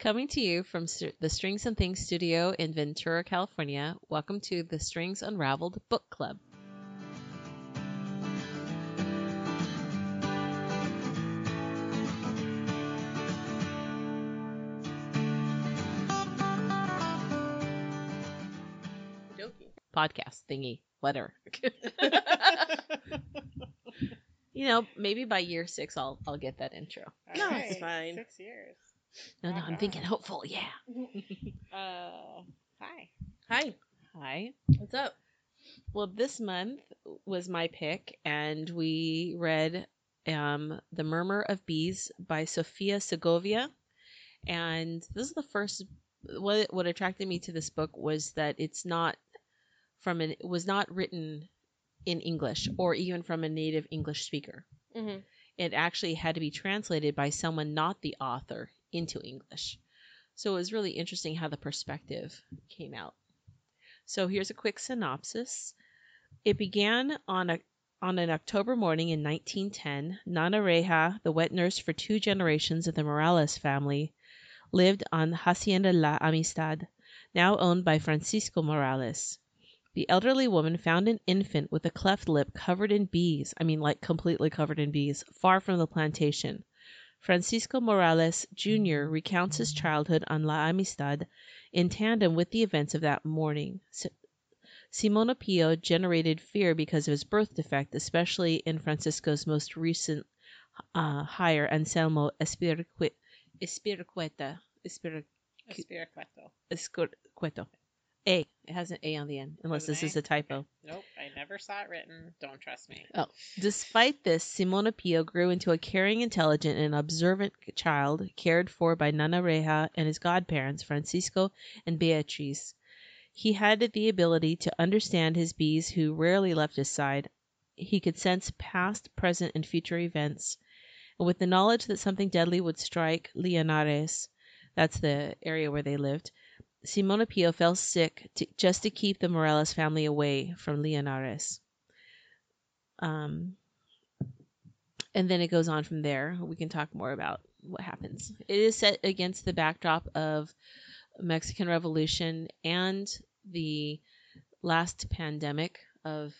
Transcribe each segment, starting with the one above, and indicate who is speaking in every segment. Speaker 1: Coming to you from st- the Strings and Things studio in Ventura, California, welcome to the Strings Unraveled Book Club. Podcast thingy, letter. you know, maybe by year six, I'll I'll get that intro.
Speaker 2: No,
Speaker 3: Alright,
Speaker 2: it's fine.
Speaker 3: Six years.
Speaker 1: No, no, I'm thinking hopeful. Yeah.
Speaker 3: Uh, hi.
Speaker 2: Hi.
Speaker 1: Hi.
Speaker 2: What's up?
Speaker 1: Well, this month was my pick, and we read um, The Murmur of Bees by Sofia Segovia. And this is the first. What, what attracted me to this book was that it's not from an it was not written in English or even from a native English speaker.
Speaker 2: Mm-hmm.
Speaker 1: It actually had to be translated by someone not the author into English. So it was really interesting how the perspective came out. So here's a quick synopsis. It began on a on an October morning in 1910, Nana Reja, the wet nurse for two generations of the Morales family, lived on Hacienda La Amistad, now owned by Francisco Morales. The elderly woman found an infant with a cleft lip covered in bees, I mean, like completely covered in bees, far from the plantation. Francisco Morales Jr. recounts his childhood on La Amistad in tandem with the events of that morning. Si- Simona Pio generated fear because of his birth defect, especially in Francisco's most recent uh, hire, Anselmo Espiriqui- Espiriqueta. Espiriqueta.
Speaker 3: A
Speaker 1: Cute.
Speaker 3: Spiriqueto.
Speaker 1: Escorqueto. A. It has an A on the end, unless
Speaker 3: Has
Speaker 1: this
Speaker 3: an
Speaker 1: is
Speaker 3: A?
Speaker 1: a typo.
Speaker 3: Nope, I never saw it written. Don't trust me.
Speaker 1: Despite this, Simona Pio grew into a caring, intelligent, and observant child cared for by Nana Reja and his godparents, Francisco and Beatrice. He had the ability to understand his bees, who rarely left his side. He could sense past, present, and future events. And with the knowledge that something deadly would strike Leonares, that's the area where they lived, Simona Pio fell sick to, just to keep the Morales family away from Leonares. Um, and then it goes on from there. We can talk more about what happens. It is set against the backdrop of Mexican Revolution and the last pandemic of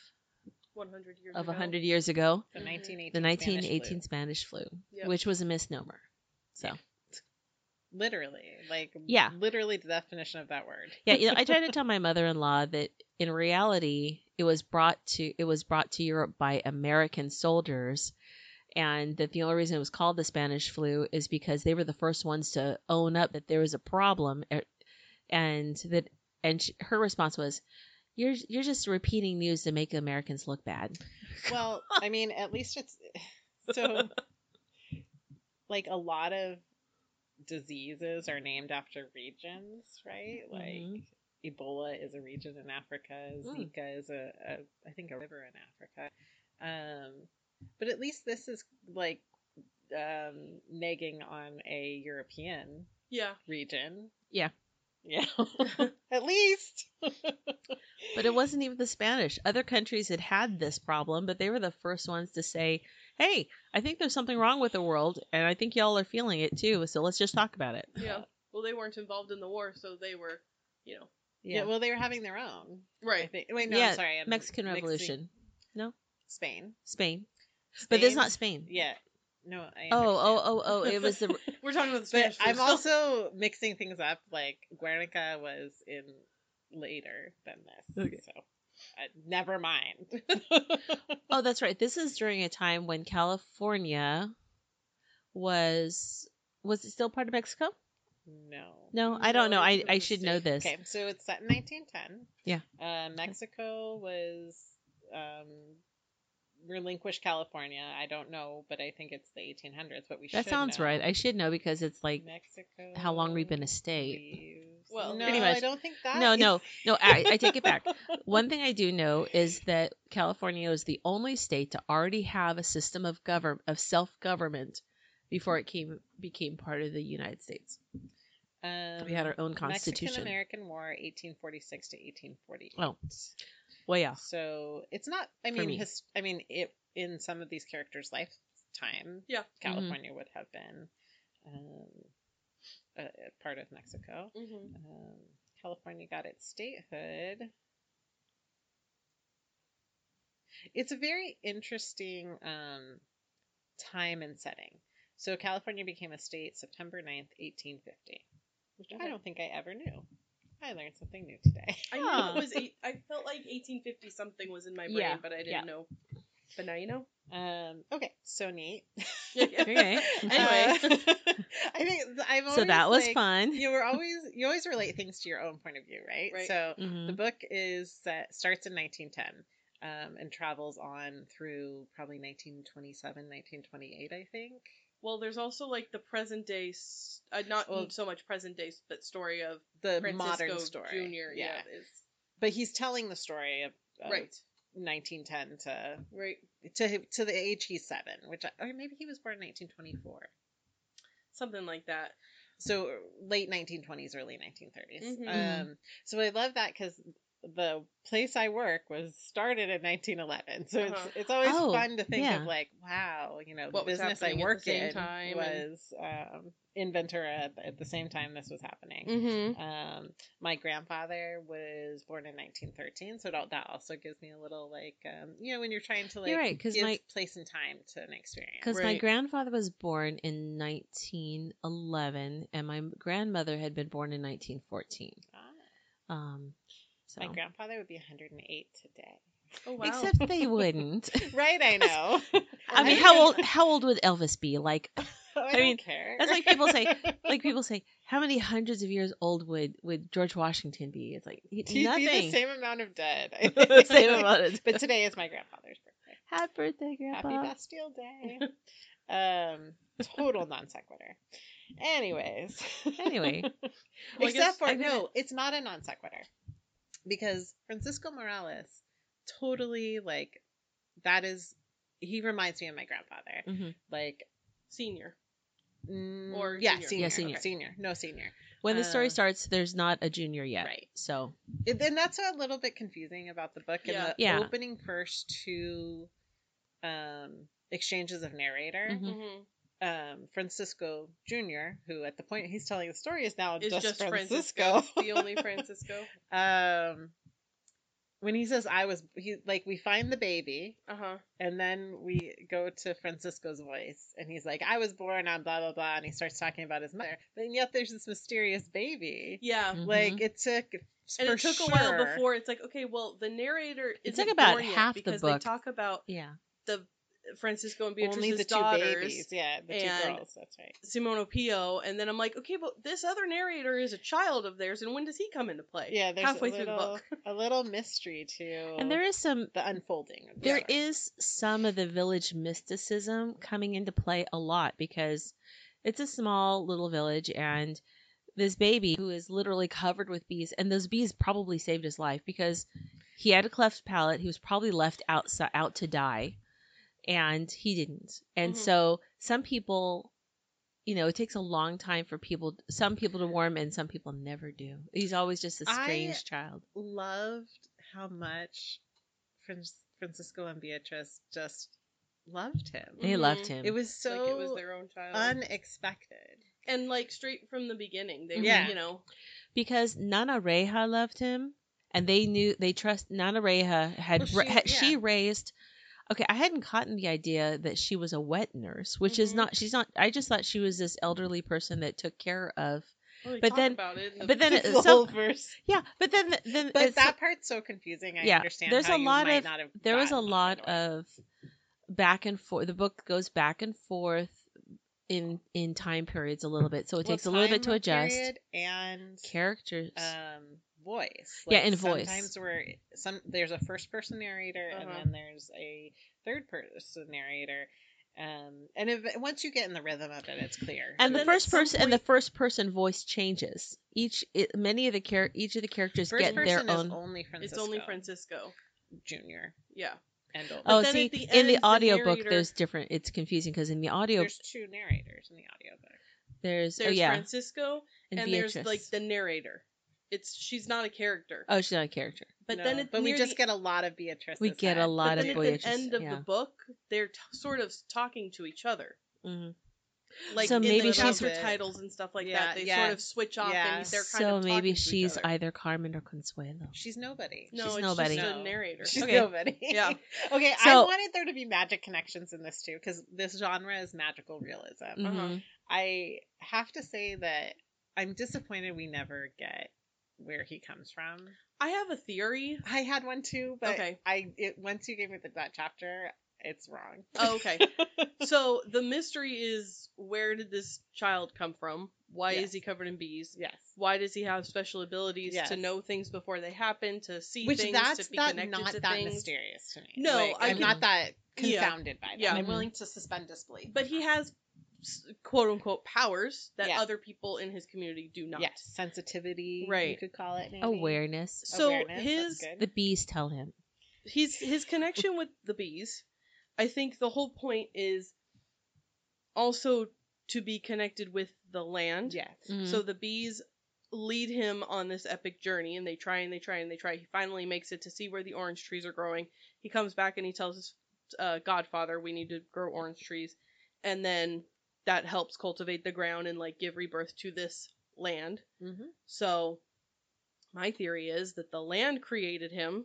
Speaker 2: 100 years
Speaker 1: of
Speaker 2: ago.
Speaker 1: hundred years ago,
Speaker 3: The
Speaker 2: Mhm.
Speaker 3: 1918.
Speaker 1: the nineteen eighteen
Speaker 3: Spanish
Speaker 1: Spanish flu,
Speaker 2: Yep.
Speaker 1: which was a misnomer. So
Speaker 3: flu. Literally, like
Speaker 1: Yeah.
Speaker 3: literally the definition of that word.
Speaker 1: yeah, you know, I tried to tell my mother in law that in reality it was brought to it was brought to Europe by American soldiers and that the only reason it was called the Spanish flu is because they were the first ones to own up that there was a problem er- and that and sh her response was you're you're just repeating news to make Americans look bad.
Speaker 3: Well, I mean, at least it's so. Like a lot of diseases are named after regions, right? Like
Speaker 1: Mhm.
Speaker 3: Ebola is a region in Africa.
Speaker 1: Mm.
Speaker 3: Zika is a, a, I think, a river in Africa. Um, but at least this is like um, negging on a European
Speaker 2: Yeah.
Speaker 3: region.
Speaker 1: Yeah.
Speaker 3: Yeah. at least.
Speaker 1: But it wasn't even the Spanish. Other countries had had this problem, but they were the first ones to say, "Hey, I think there's something wrong with the world, and I think y'all are feeling it too. So let's just talk about it."
Speaker 2: Yeah. Well, they weren't involved in the war, so they were, you know.
Speaker 3: Yeah. Well, they were having their own. I
Speaker 2: Right.
Speaker 3: think. Wait, no,
Speaker 1: Yeah,
Speaker 3: I'm sorry. I'm
Speaker 1: Mexican
Speaker 3: mixing
Speaker 1: Revolution,
Speaker 3: Spain.
Speaker 1: Spain. but this is
Speaker 3: Spain?
Speaker 1: not Spain.
Speaker 3: Yeah. No, I
Speaker 1: Oh,
Speaker 3: understand.
Speaker 1: oh, oh, oh! It was the
Speaker 2: We're talking about the
Speaker 3: But
Speaker 2: Spanish flu
Speaker 3: I'm
Speaker 2: still.
Speaker 3: also mixing things up. Like Guernica was in later than this,
Speaker 1: Okay.
Speaker 3: so uh, never mind.
Speaker 1: oh, that's right. This is during a time when California was was it still part of Mexico?
Speaker 3: no,
Speaker 1: No, I don't
Speaker 2: No,
Speaker 1: know. I
Speaker 2: I think it
Speaker 1: I
Speaker 2: was
Speaker 1: should
Speaker 2: the
Speaker 1: know
Speaker 2: state.
Speaker 1: this.
Speaker 3: Okay, so it's set in 1910.
Speaker 1: Yeah.
Speaker 3: Uh, Mexico was um, relinquished California. I don't know, but I think it's the 1800s. But we
Speaker 1: That
Speaker 3: should
Speaker 1: sounds
Speaker 3: know.
Speaker 1: right. I should know because it's like
Speaker 3: Mexico.
Speaker 1: how long we've been a state.
Speaker 3: leaves-
Speaker 2: Well,
Speaker 3: no,
Speaker 1: pretty much.
Speaker 3: I don't think that.
Speaker 1: No,
Speaker 3: is-
Speaker 1: no, no. I, I take it back. One thing I do know is that California is the only state to already have a system of govern of self government before it came became part of the United States.
Speaker 3: Um,
Speaker 1: We had our own constitution.
Speaker 3: Mexican American War, 1846 to 1848.
Speaker 1: Oh. Well, yeah,
Speaker 3: So it's not. I
Speaker 1: For
Speaker 3: mean,
Speaker 1: me.
Speaker 3: his, I mean, it in some of these
Speaker 1: Mm-hmm.
Speaker 3: characters' lifetime,
Speaker 2: Yeah.
Speaker 3: California would have been. Um, uh, part of Mexico.
Speaker 2: Mm-hmm.
Speaker 3: Um, California got its statehood. It's a very interesting um, time and setting. So California became a state September 9th, 1850, which I
Speaker 2: Okay.
Speaker 3: don't think I ever knew. I learned something new today.
Speaker 2: I knew
Speaker 1: Huh.
Speaker 2: it was. Eight, I felt like 1850 something was in my brain,
Speaker 1: Yeah,
Speaker 2: but I didn't
Speaker 1: yeah.
Speaker 2: know. But now you know.
Speaker 3: Um, okay, so neat.
Speaker 1: Okay.
Speaker 2: Anyway.
Speaker 3: Uh, I think I've
Speaker 1: so
Speaker 3: always,
Speaker 1: that was
Speaker 3: like,
Speaker 1: fun.
Speaker 3: You were always you always relate things to your own point of view, right?
Speaker 2: Right.
Speaker 3: So The
Speaker 1: Mhm.
Speaker 3: book is that starts in 1910 um, and travels on through probably 1927, 1928, I think.
Speaker 2: Well, there's also like the present day, s- uh, not
Speaker 3: Well-
Speaker 2: so much present day, but story of
Speaker 3: The
Speaker 2: Francisco
Speaker 3: modern story,
Speaker 2: Junior. Yeah, is,
Speaker 3: But he's telling the story of, of
Speaker 2: right,
Speaker 3: 1910 to
Speaker 2: right,
Speaker 3: to to the age he's seven, which I, or maybe he was born in 1924,
Speaker 2: something like that.
Speaker 3: so late 1920s, early 1930s.
Speaker 2: Mhm.
Speaker 3: Um, so I love that because. The place I work was started in 1911, so
Speaker 2: Uh-huh.
Speaker 3: it's, it's always
Speaker 1: Oh,
Speaker 3: fun to think
Speaker 1: yeah.
Speaker 3: of like, wow, you know,
Speaker 2: What
Speaker 3: the
Speaker 2: was
Speaker 3: business I
Speaker 2: happening at the
Speaker 3: work
Speaker 2: same
Speaker 3: in
Speaker 2: time and-
Speaker 3: was um, in Ventura at the- at the same time this was happening.
Speaker 2: Mm-hmm.
Speaker 3: Um, my grandfather was born in 1913, so that, that also gives me a little like, um, you know, when you're trying to like
Speaker 1: You're right, 'cause
Speaker 3: give
Speaker 1: my-
Speaker 3: place and time to an experience.
Speaker 1: Because my
Speaker 2: Right.
Speaker 1: grandfather was born in 1911, and my grandmother had been born in 1914.
Speaker 3: Ah,
Speaker 1: Um, so.
Speaker 3: My grandfather would be 108 today.
Speaker 2: Oh wow.
Speaker 1: Except they wouldn't.
Speaker 3: Right, I know.
Speaker 1: I mean,
Speaker 2: I
Speaker 1: how
Speaker 2: think-
Speaker 1: old? How old would Elvis be? Like,
Speaker 3: I,
Speaker 1: I mean,
Speaker 3: don't care.
Speaker 1: that's like people say- like people say, how many hundreds of years old would would George Washington be? It's like he-
Speaker 3: He'd be
Speaker 1: nothing.
Speaker 3: the same amount of dead. I
Speaker 1: The
Speaker 3: think.
Speaker 1: same amount of-
Speaker 3: But today is my grandfather's birthday.
Speaker 1: Happy birthday,
Speaker 3: Happy
Speaker 1: Grandpa.
Speaker 3: Bastille Day. Um, total non sequitur. Anyways.
Speaker 1: Anyway,
Speaker 2: Well, I
Speaker 3: Except
Speaker 2: guess-
Speaker 3: for
Speaker 1: I
Speaker 3: no, it's not a non sequitur because Francisco Morales totally like that is he reminds me of my grandfather
Speaker 1: Mhm.
Speaker 3: like
Speaker 2: Senior.
Speaker 3: mm,
Speaker 2: Or
Speaker 3: yeah
Speaker 2: senior.
Speaker 3: senior
Speaker 1: Yeah, senior.
Speaker 3: senior no senior
Speaker 1: when the
Speaker 3: Uh,
Speaker 1: story starts, there's not a junior yet,
Speaker 3: right.
Speaker 1: So
Speaker 3: it, and that's a little bit confusing about the book and the
Speaker 1: Yeah. Yeah.
Speaker 3: opening first two um exchanges of narrator
Speaker 1: Mhm.
Speaker 2: Mm-hmm.
Speaker 3: um, Francisco Jr., who at the point he's telling the story is now
Speaker 2: Is
Speaker 3: just,
Speaker 2: just,
Speaker 3: Francisco.
Speaker 2: Francisco, the only Francisco.
Speaker 3: um, when he says I was, he like we find the baby,
Speaker 2: Uh huh.
Speaker 3: and then we go to Francisco's voice, and he's like, I was born on blah blah blah, and he starts talking about his mother, but yet there's this mysterious baby.
Speaker 2: Yeah.
Speaker 1: Mhm.
Speaker 3: Uh, Like it took,
Speaker 2: And
Speaker 3: for
Speaker 2: it took
Speaker 3: sure,
Speaker 2: a while before it's like okay, well, the narrator
Speaker 1: It's
Speaker 2: isn't
Speaker 1: like about
Speaker 2: born yet
Speaker 1: half the
Speaker 2: because
Speaker 1: book.
Speaker 2: they talk about
Speaker 1: yeah,
Speaker 2: Francisco and Beatrice's
Speaker 3: only the two
Speaker 2: daughters.
Speaker 3: babies, yeah, the two
Speaker 2: and-
Speaker 3: girls. That's right.
Speaker 2: Simone Pio, and then I'm like, okay, but this other narrator is a child of theirs, and when does he come into play?
Speaker 3: Yeah, there's
Speaker 2: halfway
Speaker 3: a little,
Speaker 2: through the book.
Speaker 3: a little mystery to
Speaker 1: and there is some
Speaker 3: the unfolding. of the
Speaker 1: There is
Speaker 3: story.
Speaker 1: some of the village mysticism coming into play a lot because it's a small little village and this baby who is literally covered with bees and those bees probably saved his life because he had a cleft palate he was probably left out out to die and he didn't and
Speaker 2: Mhm.
Speaker 1: so some people you know it takes a long time for people some people to warm and some people never do he's always just a
Speaker 3: I-
Speaker 1: strange child
Speaker 3: loved how much Fran- Francisco and Beatrice just loved him.
Speaker 1: they loved
Speaker 2: Mhm.
Speaker 1: him
Speaker 3: It was so
Speaker 2: like it was their own child,
Speaker 3: unexpected.
Speaker 2: and like straight from the beginning, they
Speaker 3: Yeah.
Speaker 2: were, you know,
Speaker 1: because Nana Reha loved him, and they knew they trust Nana Reha had
Speaker 3: Well, Oh, she-
Speaker 1: ra- had- she,
Speaker 3: yeah.
Speaker 1: raised. Okay, I hadn't caught the idea that she was a wet nurse, which is
Speaker 3: Mm-hmm.
Speaker 2: Mhm.
Speaker 1: not. She's not. I just thought she was this elderly person that took care of.
Speaker 2: well, oh, they
Speaker 1: But
Speaker 2: talk
Speaker 1: then-
Speaker 2: about it. in the-
Speaker 1: But then,
Speaker 3: It's
Speaker 1: it-
Speaker 3: the whole
Speaker 1: some,
Speaker 3: verse.
Speaker 1: yeah. But then, then
Speaker 3: But
Speaker 1: it's-
Speaker 3: that part's so confusing. I
Speaker 1: yeah,
Speaker 3: understand.
Speaker 1: there's
Speaker 3: how
Speaker 1: a
Speaker 3: you
Speaker 1: lot
Speaker 3: might
Speaker 1: of-
Speaker 3: not have
Speaker 1: there was a
Speaker 3: gotten
Speaker 1: lot
Speaker 3: that way.
Speaker 1: of back and forth. The book goes back and forth in in time periods a little bit, so it
Speaker 3: Well,
Speaker 1: takes a little bit to
Speaker 3: time
Speaker 1: adjust
Speaker 3: period and
Speaker 1: characters.
Speaker 3: um, voice.
Speaker 1: Yeah, and voice.
Speaker 3: sometimes Sometimes where some there's a first person narrator
Speaker 2: Uh-huh.
Speaker 3: and then there's a third person narrator. Um, and if, once you get in the rhythm of it, it's clear.
Speaker 1: and the
Speaker 3: who it
Speaker 2: then at
Speaker 1: first
Speaker 2: some
Speaker 1: person and the
Speaker 2: point-
Speaker 1: first person voice changes each it, many of the char- each of the characters
Speaker 3: First
Speaker 1: get their
Speaker 3: person
Speaker 1: own
Speaker 3: is only Francisco.
Speaker 2: it's only Francisco.
Speaker 3: Junior
Speaker 2: Yeah,
Speaker 3: and older.
Speaker 1: oh
Speaker 2: but then
Speaker 1: see
Speaker 2: at the
Speaker 1: in
Speaker 2: end,
Speaker 1: the
Speaker 2: the
Speaker 1: audiobook
Speaker 2: narrator-
Speaker 1: there's different it's confusing because in the audio
Speaker 3: there's two narrators in the audiobook.
Speaker 1: there's,
Speaker 2: there's
Speaker 1: oh yeah
Speaker 2: Francisco,
Speaker 1: and,
Speaker 2: and,
Speaker 1: Beatrice.
Speaker 2: there's like the narrator. It's she's not a character,
Speaker 1: oh she's not a character
Speaker 2: but
Speaker 3: No,
Speaker 2: then at
Speaker 3: but we
Speaker 2: near
Speaker 3: just
Speaker 2: the-
Speaker 3: get a lot of Beatrice.
Speaker 1: we get a
Speaker 2: but
Speaker 1: lot
Speaker 2: then
Speaker 1: of
Speaker 2: at
Speaker 1: Beatrice
Speaker 2: the end of
Speaker 1: yeah.
Speaker 2: the book, they're t- sort of talking to each other.
Speaker 1: Mhm.
Speaker 2: Like
Speaker 1: So
Speaker 2: in
Speaker 1: maybe
Speaker 2: the
Speaker 1: she's-
Speaker 2: chapter titles and stuff like
Speaker 3: Yeah,
Speaker 2: that. They
Speaker 3: yeah.
Speaker 2: sort of switch off
Speaker 3: Yeah.
Speaker 2: and they're kind
Speaker 1: so
Speaker 2: of talking
Speaker 1: maybe
Speaker 2: to each
Speaker 1: she's
Speaker 2: other.
Speaker 1: either Carmen or Consuelo.
Speaker 3: She's nobody.
Speaker 2: no,
Speaker 1: she's
Speaker 2: it's
Speaker 1: nobody.
Speaker 2: Just
Speaker 3: No.
Speaker 2: a narrator.
Speaker 3: She's
Speaker 2: okay.
Speaker 3: nobody.
Speaker 2: Yeah.
Speaker 3: okay, I
Speaker 1: So-
Speaker 3: wanted there to be magic connections in this too, because this genre is magical realism.
Speaker 2: Uh-huh.
Speaker 1: Mhm.
Speaker 3: I have to say that I'm disappointed we never get where he comes from.
Speaker 2: I have a theory.
Speaker 3: I had one too, but
Speaker 2: Okay.
Speaker 3: I it, once you gave me the, that chapter, it's wrong.
Speaker 2: Oh, okay. so the mystery is where did this child come from? Why
Speaker 3: Yes.
Speaker 2: is he covered in bees?
Speaker 3: Yes.
Speaker 2: Why does he have special abilities
Speaker 3: Yes.
Speaker 2: to know things before they happen, to see
Speaker 3: Which
Speaker 2: things,
Speaker 3: that's
Speaker 2: to be
Speaker 3: that,
Speaker 2: connected
Speaker 3: not
Speaker 2: to
Speaker 3: that
Speaker 2: things?
Speaker 3: mysterious to me.
Speaker 2: No,
Speaker 3: Like,
Speaker 2: I
Speaker 3: I'm
Speaker 1: could-
Speaker 3: not that
Speaker 2: Yeah.
Speaker 3: confounded by that.
Speaker 2: Yeah. Mm-hmm.
Speaker 3: I'm
Speaker 1: Mhm.
Speaker 3: willing to suspend disbelief.
Speaker 2: But he has quote unquote powers that
Speaker 3: Yeah.
Speaker 2: other people in his community do not.
Speaker 3: yes, sensitivity, you
Speaker 2: Right.
Speaker 3: could call it. Maybe.
Speaker 1: Awareness.
Speaker 2: So
Speaker 3: Awareness, that's
Speaker 2: his
Speaker 3: good.
Speaker 1: The bees tell him.
Speaker 2: his his connection with the bees, I think the whole point is also to be connected with the land.
Speaker 3: yes,
Speaker 1: Mm-hmm.
Speaker 2: So the bees lead him on this epic journey and they try and they try and they try. He finally makes it to see where the orange trees are growing. He comes back and he tells his uh, godfather, We need to grow orange trees. And then that helps cultivate the ground and like give rebirth to this land.
Speaker 3: Mhm.
Speaker 2: So my theory is that the land created him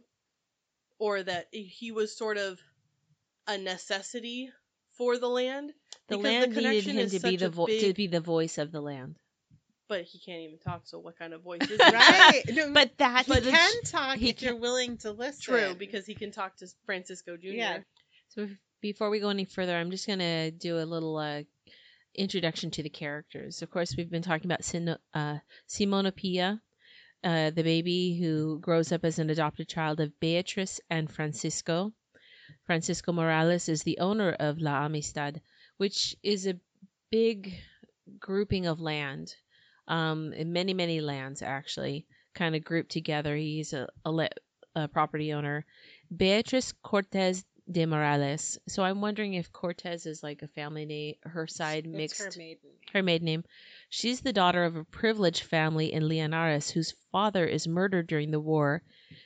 Speaker 2: or that he was sort of a necessity for the land,
Speaker 1: the
Speaker 2: because the
Speaker 1: land needed
Speaker 2: connection
Speaker 1: him
Speaker 2: is
Speaker 1: to be
Speaker 2: such
Speaker 1: the
Speaker 2: a
Speaker 1: vo- to
Speaker 2: big-
Speaker 1: be the voice of the land.
Speaker 2: but he can't even talk, so what kind of voice is it?
Speaker 3: right. No,
Speaker 1: But that
Speaker 3: he
Speaker 1: but
Speaker 3: can talk
Speaker 1: he
Speaker 3: if you're willing to listen.
Speaker 2: True, because he can talk to Francisco Jr.
Speaker 3: Yeah.
Speaker 1: So if- before we go any further, I'm just going to do a little uh, introduction to the characters. Of course, we've been talking about Sin- uh, Simona Pia, uh, the baby who grows up as an adopted child of Beatrice and Francisco. Francisco Morales is the owner of La Amistad, which is a big grouping of land, um, many, many lands actually, kind of grouped together. He's a, a, le- a property owner. Beatrice Cortez de Morales. So I'm wondering if Cortez is like a family name, her side
Speaker 3: It's
Speaker 1: mixed
Speaker 3: her maiden. name.
Speaker 1: her maiden name. She's the daughter of a privileged family in Leonares whose father is murdered during the war.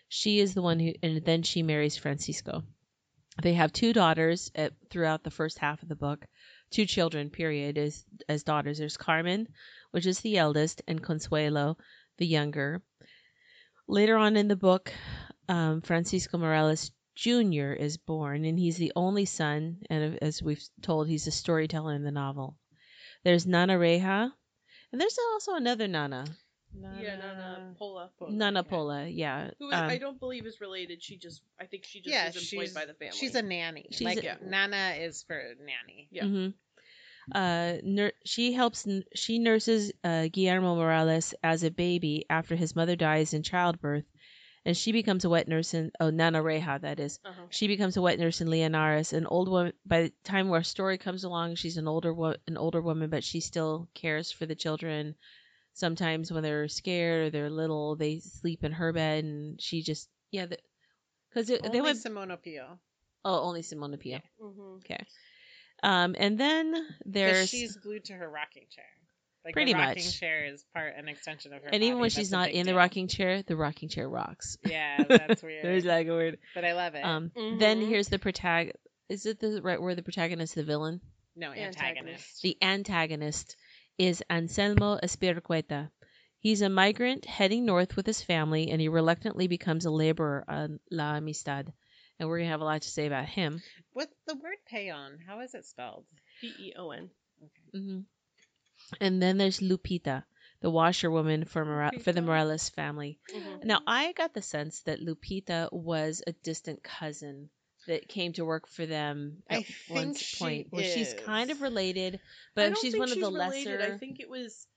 Speaker 1: She is the one who, and then she marries Francisco. They have two daughters at, throughout the first half of the book, two children, period, as, as daughters. There's Carmen, which is the eldest, and Consuelo, the younger. Later on in the book, um, Francisco Morales Jr. is born, and he's the only son, and as we've told, he's a storyteller in the novel. There's Nana Reja, and there's also another Nana,
Speaker 2: Yeah, Nana Pola.
Speaker 1: Nana
Speaker 3: okay.
Speaker 1: Pola. Yeah,
Speaker 2: Who is,
Speaker 1: um,
Speaker 2: I don't believe is related. She just, I think she just
Speaker 3: Yeah,
Speaker 2: is employed
Speaker 3: she's-
Speaker 2: by the family.
Speaker 3: She's a nanny.
Speaker 1: She's
Speaker 3: like
Speaker 1: a- Yeah.
Speaker 3: Nana is for nanny.
Speaker 2: yeah.
Speaker 1: mhm. Uh, nur- she helps. n- She nurses uh, Guillermo Morales as a baby after his mother dies in childbirth, and she becomes a wet nurse in oh Nana Reja that is.
Speaker 2: Uh-huh.
Speaker 1: She becomes a wet nurse in Leonaris, an old woman. By the time our story comes along, she's an older wo- an older woman, but she still cares for the children. Sometimes when they're scared or they're little, they sleep in her bed, and she just yeah, because
Speaker 3: Only
Speaker 1: they went
Speaker 3: Simona Pio.
Speaker 1: oh only Simona Pia.
Speaker 2: hmm
Speaker 1: Um, and then
Speaker 3: 'Cause
Speaker 1: there's
Speaker 3: she's glued to her rocking chair. Like
Speaker 1: Pretty
Speaker 3: the rocking
Speaker 1: much.
Speaker 3: chair is part an extension of her.
Speaker 1: and even when
Speaker 3: body. That's
Speaker 1: she's
Speaker 3: a
Speaker 1: not
Speaker 3: big
Speaker 1: in the
Speaker 3: deal.
Speaker 1: rocking chair, the rocking chair rocks.
Speaker 3: Yeah, Mm-hmm. that's weird.
Speaker 1: There's like a word.
Speaker 3: But I love it.
Speaker 1: Um, then
Speaker 2: Mhm.
Speaker 1: here's the protag. Is it the right word? The protagonist, the villain.
Speaker 3: no
Speaker 2: antagonist.
Speaker 3: antagonist.
Speaker 1: The antagonist is Anselmo Espiricueta. He's a migrant heading north with his family, and he reluctantly becomes a laborer on La Amistad. And we're going to have a lot to say about him.
Speaker 3: What the word payon? How is it spelled?
Speaker 2: P E O N.
Speaker 3: Okay.
Speaker 1: hmm And then there's Lupita, the washerwoman for, Mora- for the
Speaker 3: Lupita.
Speaker 1: Morales family.
Speaker 3: Mm-hmm.
Speaker 2: Mhm.
Speaker 1: Now, I got the sense that Lupita was a distant cousin that came to work for them
Speaker 3: I
Speaker 1: at
Speaker 3: think
Speaker 1: one
Speaker 3: she
Speaker 1: point, where she's kind
Speaker 3: is.
Speaker 1: of related,
Speaker 2: I
Speaker 1: but
Speaker 2: don't
Speaker 1: she's
Speaker 2: think
Speaker 1: one of the
Speaker 2: related.
Speaker 1: lesser.
Speaker 2: I think it was.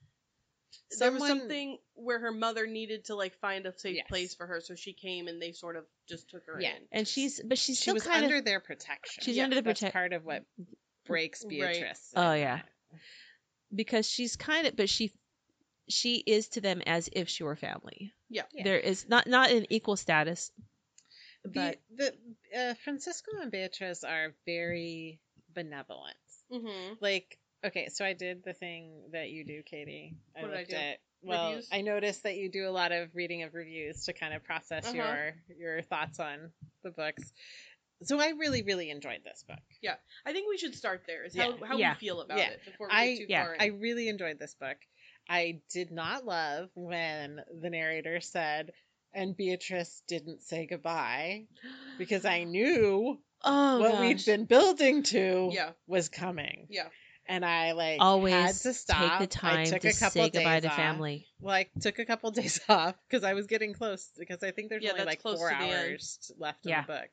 Speaker 2: There
Speaker 3: Someone-
Speaker 2: was something where her mother needed to like find a safe
Speaker 3: Yes.
Speaker 2: place for her, so she came and they sort of just took her
Speaker 3: Yeah.
Speaker 2: in.
Speaker 1: and she's, but she's
Speaker 3: She
Speaker 1: still
Speaker 3: was
Speaker 1: kind of
Speaker 3: under their protection.
Speaker 1: She's under the
Speaker 3: That's
Speaker 1: protec-
Speaker 3: Part of what breaks
Speaker 2: Right.
Speaker 3: Beatrice.
Speaker 1: Oh,
Speaker 3: in
Speaker 1: yeah.
Speaker 3: that.
Speaker 1: because she's kind of but she she is to them as if she were family
Speaker 2: Yeah.
Speaker 3: Yeah.
Speaker 1: there is not not an equal status
Speaker 3: Be-
Speaker 1: But-
Speaker 3: the uh, Francisco and Beatrice are very benevolent.
Speaker 2: Mm-hmm.
Speaker 3: Like, okay, so I did the thing that you do, Katie. I
Speaker 2: What did I
Speaker 3: looked
Speaker 2: do?
Speaker 3: at. Well,
Speaker 2: Reviews?
Speaker 3: I noticed that you do a lot of reading of reviews to kind of process
Speaker 2: Uh-huh.
Speaker 3: your your thoughts on the books. So I really, really enjoyed this book.
Speaker 2: I think we should start there. Is
Speaker 3: Yeah.
Speaker 2: how, how
Speaker 1: Yeah.
Speaker 2: we feel about
Speaker 3: Yeah.
Speaker 2: it before we
Speaker 3: I-
Speaker 2: get too
Speaker 1: yeah,
Speaker 2: far. In.
Speaker 3: I really enjoyed this book. I did not love when the narrator said, and Beatrice didn't say goodbye because I knew
Speaker 1: oh
Speaker 3: what
Speaker 1: gosh.
Speaker 3: we'd been building to
Speaker 2: yeah,
Speaker 3: was coming.
Speaker 2: yeah,
Speaker 3: And I like
Speaker 1: always
Speaker 3: had to stop.
Speaker 1: take the
Speaker 3: I
Speaker 1: time
Speaker 3: took
Speaker 1: to
Speaker 3: a couple
Speaker 1: say goodbye
Speaker 3: days
Speaker 1: to
Speaker 3: off.
Speaker 1: family.
Speaker 3: Well, I took a couple days off because I was getting close because I think there's
Speaker 2: Yeah,
Speaker 3: only
Speaker 2: that's
Speaker 3: like
Speaker 2: close
Speaker 3: four
Speaker 2: to the end.
Speaker 3: hours left
Speaker 1: Yeah.
Speaker 3: in the book.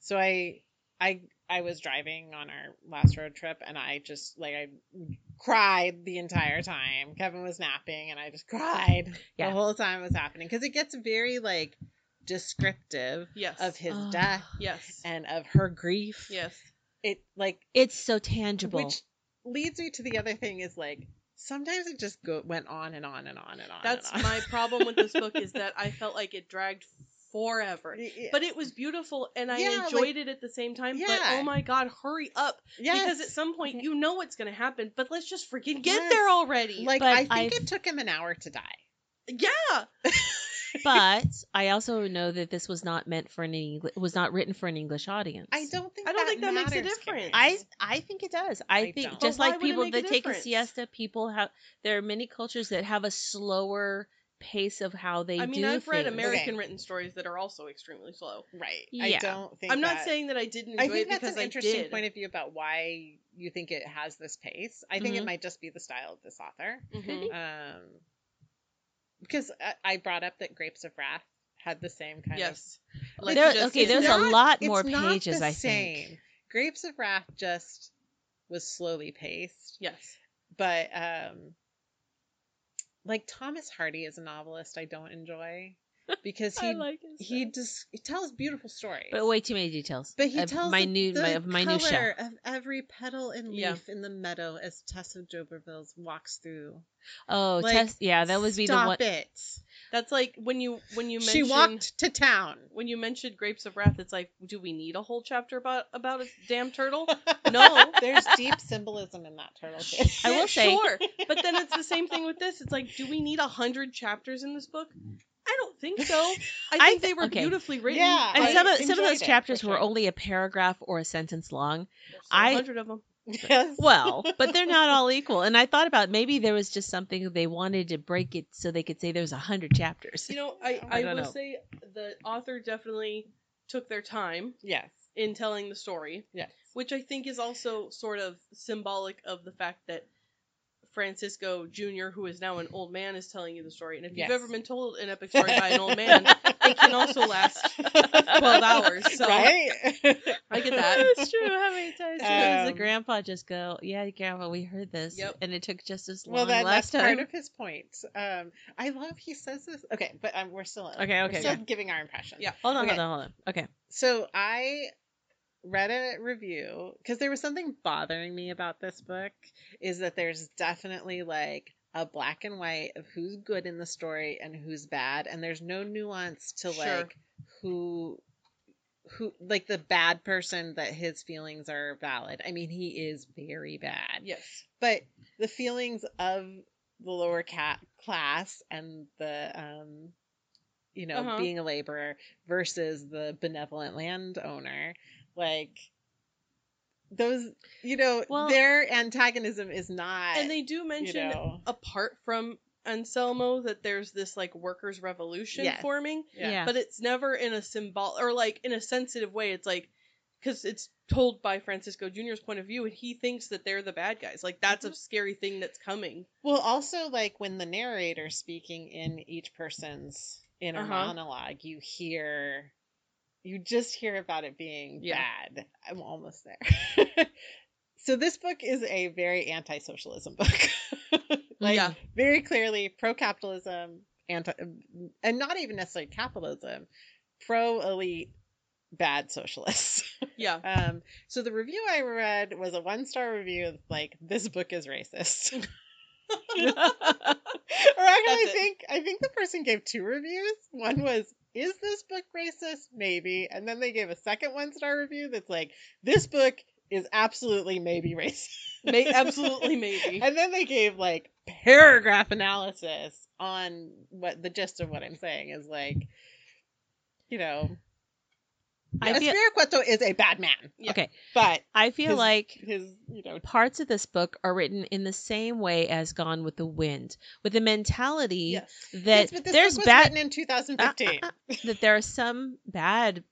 Speaker 3: So I I I was driving on our last road trip and I just like I cried the entire time. Kevin was napping and I just cried
Speaker 1: Yeah.
Speaker 3: the whole time it was happening because it gets very like descriptive
Speaker 2: yes,
Speaker 3: of his
Speaker 1: Oh.
Speaker 3: death
Speaker 2: yes,
Speaker 3: and of her grief.
Speaker 2: yes,
Speaker 3: It like
Speaker 1: It's so tangible.
Speaker 3: which leads me to the other thing is like sometimes it just go went on and on and on and on.
Speaker 2: That's
Speaker 3: and on.
Speaker 2: my problem with this book is that I felt like it dragged forever.
Speaker 3: Yeah.
Speaker 2: But it was beautiful and I
Speaker 3: Yeah, like-
Speaker 2: enjoyed it at the same time. But
Speaker 3: Yeah.
Speaker 2: oh my god, hurry up.
Speaker 3: Yes.
Speaker 2: Because at some point
Speaker 1: Okay.
Speaker 2: you know what's gonna happen, but let's just freaking get
Speaker 3: Yes.
Speaker 2: there already.
Speaker 3: like
Speaker 1: But
Speaker 3: I think
Speaker 1: I've-
Speaker 3: it took him an hour to die.
Speaker 2: Yeah.
Speaker 1: but I also know that this was not meant for an English was not written for an English audience.
Speaker 3: I don't think
Speaker 2: I don't think that makes a
Speaker 3: matters,
Speaker 2: difference.
Speaker 3: Karen.
Speaker 1: I I think it does. I,
Speaker 3: I
Speaker 1: think
Speaker 3: don't.
Speaker 1: just
Speaker 2: But why
Speaker 1: like
Speaker 2: would it
Speaker 1: people
Speaker 2: make a
Speaker 1: that take a
Speaker 2: difference?
Speaker 1: siesta, people have there are many cultures that have a slower pace of how they
Speaker 2: I mean
Speaker 1: do
Speaker 2: I've read
Speaker 1: things.
Speaker 2: American written stories that are also extremely slow.
Speaker 3: right.
Speaker 1: Yeah.
Speaker 3: I don't think
Speaker 2: I'm not
Speaker 3: that-
Speaker 2: saying that I didn't enjoy
Speaker 3: I think
Speaker 2: it
Speaker 3: that's
Speaker 2: because
Speaker 3: an
Speaker 2: I
Speaker 3: interesting
Speaker 2: did.
Speaker 3: point of view about why you think it has this pace. I think
Speaker 1: Mhm.
Speaker 2: Mm-hmm.
Speaker 3: it might just be the style of this author.
Speaker 2: Mhm.
Speaker 3: Um, because I, I brought up that Grapes of Wrath had the same kind of
Speaker 2: Yes.
Speaker 1: There-
Speaker 2: just-
Speaker 1: okay,
Speaker 2: it's
Speaker 1: there's
Speaker 2: not-
Speaker 1: a lot
Speaker 3: it's
Speaker 1: more
Speaker 3: not
Speaker 1: pages.
Speaker 3: the
Speaker 1: I think.
Speaker 3: Grapes of Wrath just was slowly paced,
Speaker 2: Yes.
Speaker 3: but um, like Thomas Hardy is a novelist I don't enjoy because he
Speaker 1: it.
Speaker 3: he just he tells beautiful stories,
Speaker 1: but way too many details.
Speaker 3: But he
Speaker 1: of
Speaker 3: tells
Speaker 1: minute
Speaker 3: the, the
Speaker 1: of minutia.
Speaker 3: color of every petal and leaf
Speaker 2: Yeah.
Speaker 3: in the meadow as Tessa Joberville walks through.
Speaker 1: Oh,
Speaker 3: Like,
Speaker 1: test, yeah, that would be the
Speaker 3: Stop
Speaker 1: one.
Speaker 3: it.
Speaker 2: That's like when you when you mention
Speaker 3: She walked to town.
Speaker 2: when you mentioned Grapes of Wrath, it's like, do we need a whole chapter about about a damn turtle? No.
Speaker 3: There's deep symbolism in that turtle. Kid.
Speaker 1: I will say-
Speaker 2: sure. But then it's the same thing with this. It's like, do we need a hundred chapters in this book? I don't think so. I think
Speaker 1: I
Speaker 2: they were
Speaker 1: okay.
Speaker 2: beautifully written.
Speaker 3: Yeah,
Speaker 1: And
Speaker 3: I
Speaker 1: some of some of
Speaker 3: enjoyed
Speaker 1: those
Speaker 3: it,
Speaker 1: chapters
Speaker 3: for
Speaker 1: were
Speaker 3: sure.
Speaker 1: only a paragraph or a sentence long. I-
Speaker 2: I hundred of them.
Speaker 3: Yes.
Speaker 1: Well, but they're not all equal. And I thought about maybe there was just something they wanted to break it so they could say there's a hundred chapters.
Speaker 2: You know, I
Speaker 1: I
Speaker 2: I,
Speaker 1: don't
Speaker 2: will
Speaker 1: know.
Speaker 2: say the author definitely took their time
Speaker 3: yes.
Speaker 2: in telling the story,
Speaker 3: Yes.
Speaker 2: which I think is also sort of symbolic of the fact that. Francisco Jr., who is now an old man, is telling you the story. And if
Speaker 3: Yes.
Speaker 2: you've ever been told an epic story by an old man, it can also last 12 hours. So
Speaker 3: right?
Speaker 2: I get that.
Speaker 1: That's true. How many times does the
Speaker 3: Um,
Speaker 1: grandpa just go, "Yeah, grandpa, we heard this,"
Speaker 2: Yep.
Speaker 1: and it took just as long
Speaker 3: Well, that,
Speaker 1: last
Speaker 3: that's part
Speaker 1: time.
Speaker 3: of his point. Um, I love he says this. Okay, but um, we're still
Speaker 1: Okay,
Speaker 3: we're
Speaker 1: okay,
Speaker 3: still
Speaker 1: okay.
Speaker 3: giving our impression.
Speaker 2: Yeah.
Speaker 1: Hold on,
Speaker 3: okay.
Speaker 1: hold on, hold on. Okay.
Speaker 3: So I read a review because there was something bothering me about this book is that there's definitely like a black and white of who's good in the story and who's bad, and there's no nuance to
Speaker 2: Sure.
Speaker 3: like who who like the bad person that his feelings are valid. I mean, he is very bad.
Speaker 2: yes.
Speaker 3: but the feelings of the lower cat class and the um you know
Speaker 2: Uh-huh.
Speaker 3: being a laborer versus the benevolent landowner like those you know
Speaker 1: Well-
Speaker 3: their antagonism is not
Speaker 2: And they do
Speaker 3: you
Speaker 2: mention,
Speaker 3: know
Speaker 2: apart from Anselmo, that there's this like workers' revolution
Speaker 3: Yes.
Speaker 2: forming,
Speaker 1: Yeah.
Speaker 2: but it's never in a symbol or like in a sensitive way. It's like because it's told by Francisco Jr.'s point of view, and he thinks that they're the bad guys. Like that's
Speaker 1: Mm-hmm.
Speaker 2: a scary thing that's coming.
Speaker 3: well also like when the narrator's speaking in each person's inner
Speaker 2: Uh-huh.
Speaker 3: monologue you hear you just hear about it being
Speaker 2: Yeah.
Speaker 3: bad i'm almost there so this book is a very anti-socialism book like
Speaker 2: Yeah.
Speaker 3: very clearly pro-capitalism anti and not even necessarily capitalism pro-elite bad socialists
Speaker 2: Yeah.
Speaker 3: um so the review i read was a one-star review of, like this book is racist or actually, I
Speaker 2: That's it.
Speaker 3: think I think the person gave two reviews. One was, "Is this book racist?" Maybe, and then they gave a second one star review that's like, "This book is absolutely maybe racist."
Speaker 2: May- absolutely, maybe.
Speaker 3: And then they gave like paragraph analysis on what the gist of what I'm saying is like, you know,
Speaker 1: I feel
Speaker 3: Espiricueto is a bad man,
Speaker 2: Yeah.
Speaker 1: okay.
Speaker 3: but
Speaker 1: I feel
Speaker 3: His-
Speaker 1: like
Speaker 3: his you know
Speaker 1: parts of this book are written in the same way as Gone with the Wind, with the mentality
Speaker 2: Yes.
Speaker 1: that Uh,
Speaker 3: yes, but this
Speaker 1: there's
Speaker 3: book was
Speaker 1: bad
Speaker 3: written in 2015.
Speaker 1: that there are some bad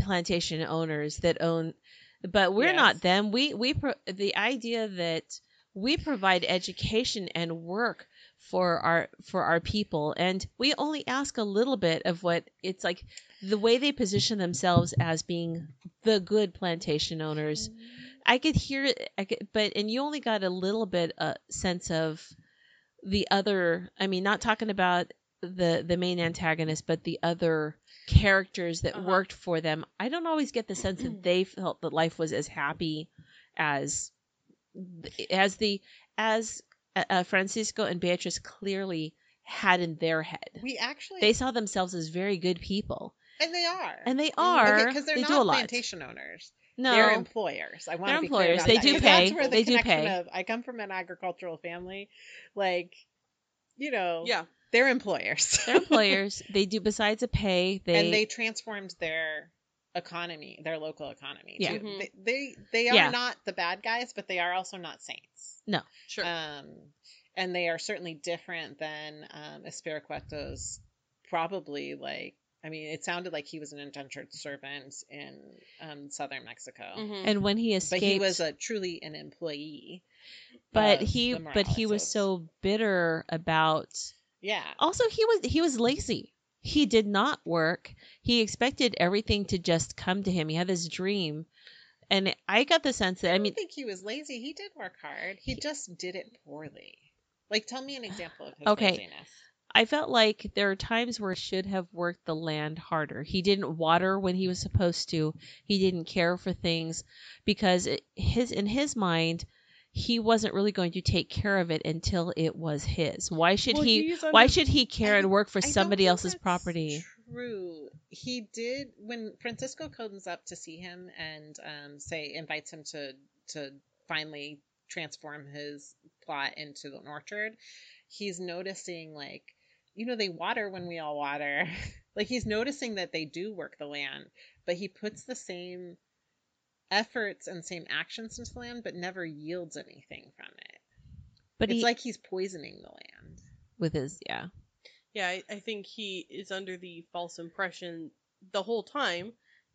Speaker 1: plantation owners that own but we're
Speaker 3: Yes.
Speaker 1: not them we we pro- the idea that we provide education and work for our for our people and we only ask a little bit of what it's like the way they position themselves as being the good plantation owners i could hear it i could but and you only got a little bit uh, sense of the other i mean not talking about the the main antagonist but the other characters that
Speaker 2: Uh-huh.
Speaker 1: worked for them i don't always get the sense that they felt that life was as happy as as the as uh, uh, francisco and beatrice clearly had in their head
Speaker 3: we actually
Speaker 1: they saw themselves as very good people
Speaker 3: and they are
Speaker 1: and they are
Speaker 3: because Mm, they're
Speaker 1: they
Speaker 3: not
Speaker 1: do a lot
Speaker 3: plantation owners.
Speaker 1: no
Speaker 3: They're employers. I want
Speaker 1: They're
Speaker 3: to be clear
Speaker 1: employers.
Speaker 3: about
Speaker 1: They
Speaker 3: that,
Speaker 1: do
Speaker 3: 'cause
Speaker 1: pay.
Speaker 3: That's where the
Speaker 1: They do
Speaker 3: connection
Speaker 1: pay.
Speaker 3: Of, I come from an agricultural family, like you know,
Speaker 2: Yeah.
Speaker 3: they're employers,
Speaker 1: they're employers they do besides a pay they,
Speaker 3: and they transformed their economy, their local economy.
Speaker 1: Yeah.
Speaker 3: too.
Speaker 2: Mhm.
Speaker 3: They, they they are
Speaker 1: Yeah.
Speaker 3: not the bad guys, but they are also not saints.
Speaker 2: Sure.
Speaker 1: Uh,
Speaker 3: Um, and they are certainly different than um, Espiriqueto's probably like. I mean, it sounded like he was an indentured servant in um, southern Mexico,
Speaker 2: Mhm.
Speaker 1: and when he
Speaker 3: but
Speaker 1: escaped
Speaker 3: he was a uh, truly an employee.
Speaker 1: but
Speaker 3: of
Speaker 1: he
Speaker 3: the
Speaker 1: but he was
Speaker 3: Moraleses.
Speaker 1: so bitter about
Speaker 3: yeah.
Speaker 1: also he was he was lazy he did not work he expected everything to just come to him he had this dream and i got the sense that i
Speaker 3: I
Speaker 1: mean
Speaker 3: don't think he was lazy. He did work hard. He just did it poorly. Like, tell me an example of his
Speaker 1: Okay.
Speaker 3: laziness.
Speaker 1: i felt like there are times where he should have worked the land harder he didn't water when he was supposed to he didn't care for things because it, his in his mind he wasn't really going to take care of it until it was his why should
Speaker 2: Well,
Speaker 1: he
Speaker 2: he's
Speaker 1: why
Speaker 2: under-
Speaker 1: should he care
Speaker 3: I-
Speaker 1: and work for
Speaker 3: I don't
Speaker 1: somebody
Speaker 3: think
Speaker 1: else's
Speaker 3: that's
Speaker 1: property
Speaker 3: True. He did when Francisco comes up to see him and um, say invites him to to finally transform his plot into an orchard. He's noticing like you know they water when we all water. like he's noticing that they do work the land, but he puts the same efforts and same actions into the land, but never yields anything from it.
Speaker 1: but
Speaker 3: it's
Speaker 1: he
Speaker 3: like he's poisoning the land.
Speaker 1: with his yeah
Speaker 2: Yeah, I, I think he is under the false impression the whole time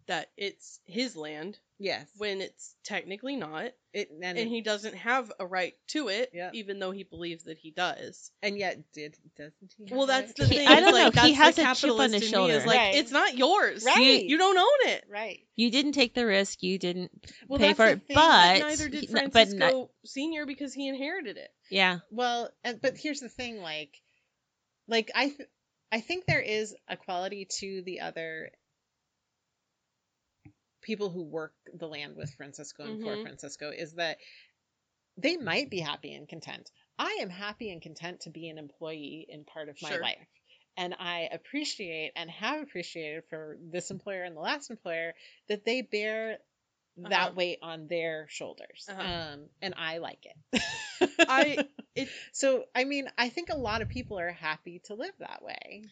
Speaker 2: that it's his land
Speaker 3: Yes.
Speaker 2: when it's technically not,
Speaker 3: It, and,
Speaker 2: and he doesn't have a right to it,
Speaker 3: Yeah.
Speaker 2: even though he believes that he does.
Speaker 3: And yet, did doesn't he?
Speaker 2: Well,
Speaker 3: have
Speaker 2: that's
Speaker 3: it?
Speaker 2: the thing.
Speaker 1: I
Speaker 2: is,
Speaker 1: don't
Speaker 2: like,
Speaker 1: know, he
Speaker 2: that's the
Speaker 1: has a chip on
Speaker 2: capitalist
Speaker 1: his
Speaker 2: in me
Speaker 1: shoulder.
Speaker 2: Is like
Speaker 3: Right.
Speaker 2: it's not yours.
Speaker 3: Right.
Speaker 2: You don't own it.
Speaker 3: right.
Speaker 1: you didn't take the risk you didn't
Speaker 3: Well,
Speaker 1: pay
Speaker 3: that's
Speaker 1: for
Speaker 3: the
Speaker 1: it
Speaker 3: thing,
Speaker 1: but
Speaker 2: But neither did
Speaker 1: he- no,
Speaker 2: Francisco
Speaker 1: but not,
Speaker 2: Senior because he inherited it.
Speaker 1: yeah
Speaker 3: Well, and, but here's the thing. Like, like I, th- I think there is a quality to the other people who work the land with Francisco and for
Speaker 2: Mhm.
Speaker 3: Francisco is that they might be happy and content. I am happy and content to be an employee in part of my
Speaker 2: Sure.
Speaker 3: life. And I appreciate and have appreciated for this employer and the last employer that they bear
Speaker 2: Uh-huh.
Speaker 3: that weight on their shoulders.
Speaker 2: Uh-huh.
Speaker 3: Um, and I like it. I
Speaker 2: I it
Speaker 3: so I mean I think a lot of people are happy to live that way.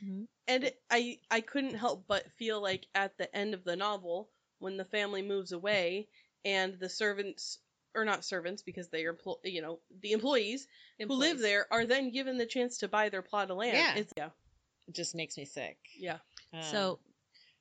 Speaker 2: and it, I I couldn't help but feel like at the end of the novel when the family moves away and the servants or not servants because they are emplo- you know the employees, who live
Speaker 3: Employees.
Speaker 2: there are then given the chance to buy their plot of land.
Speaker 3: Yeah.
Speaker 2: It's, yeah,
Speaker 3: It just makes me sick.
Speaker 2: yeah.
Speaker 3: Um,
Speaker 1: so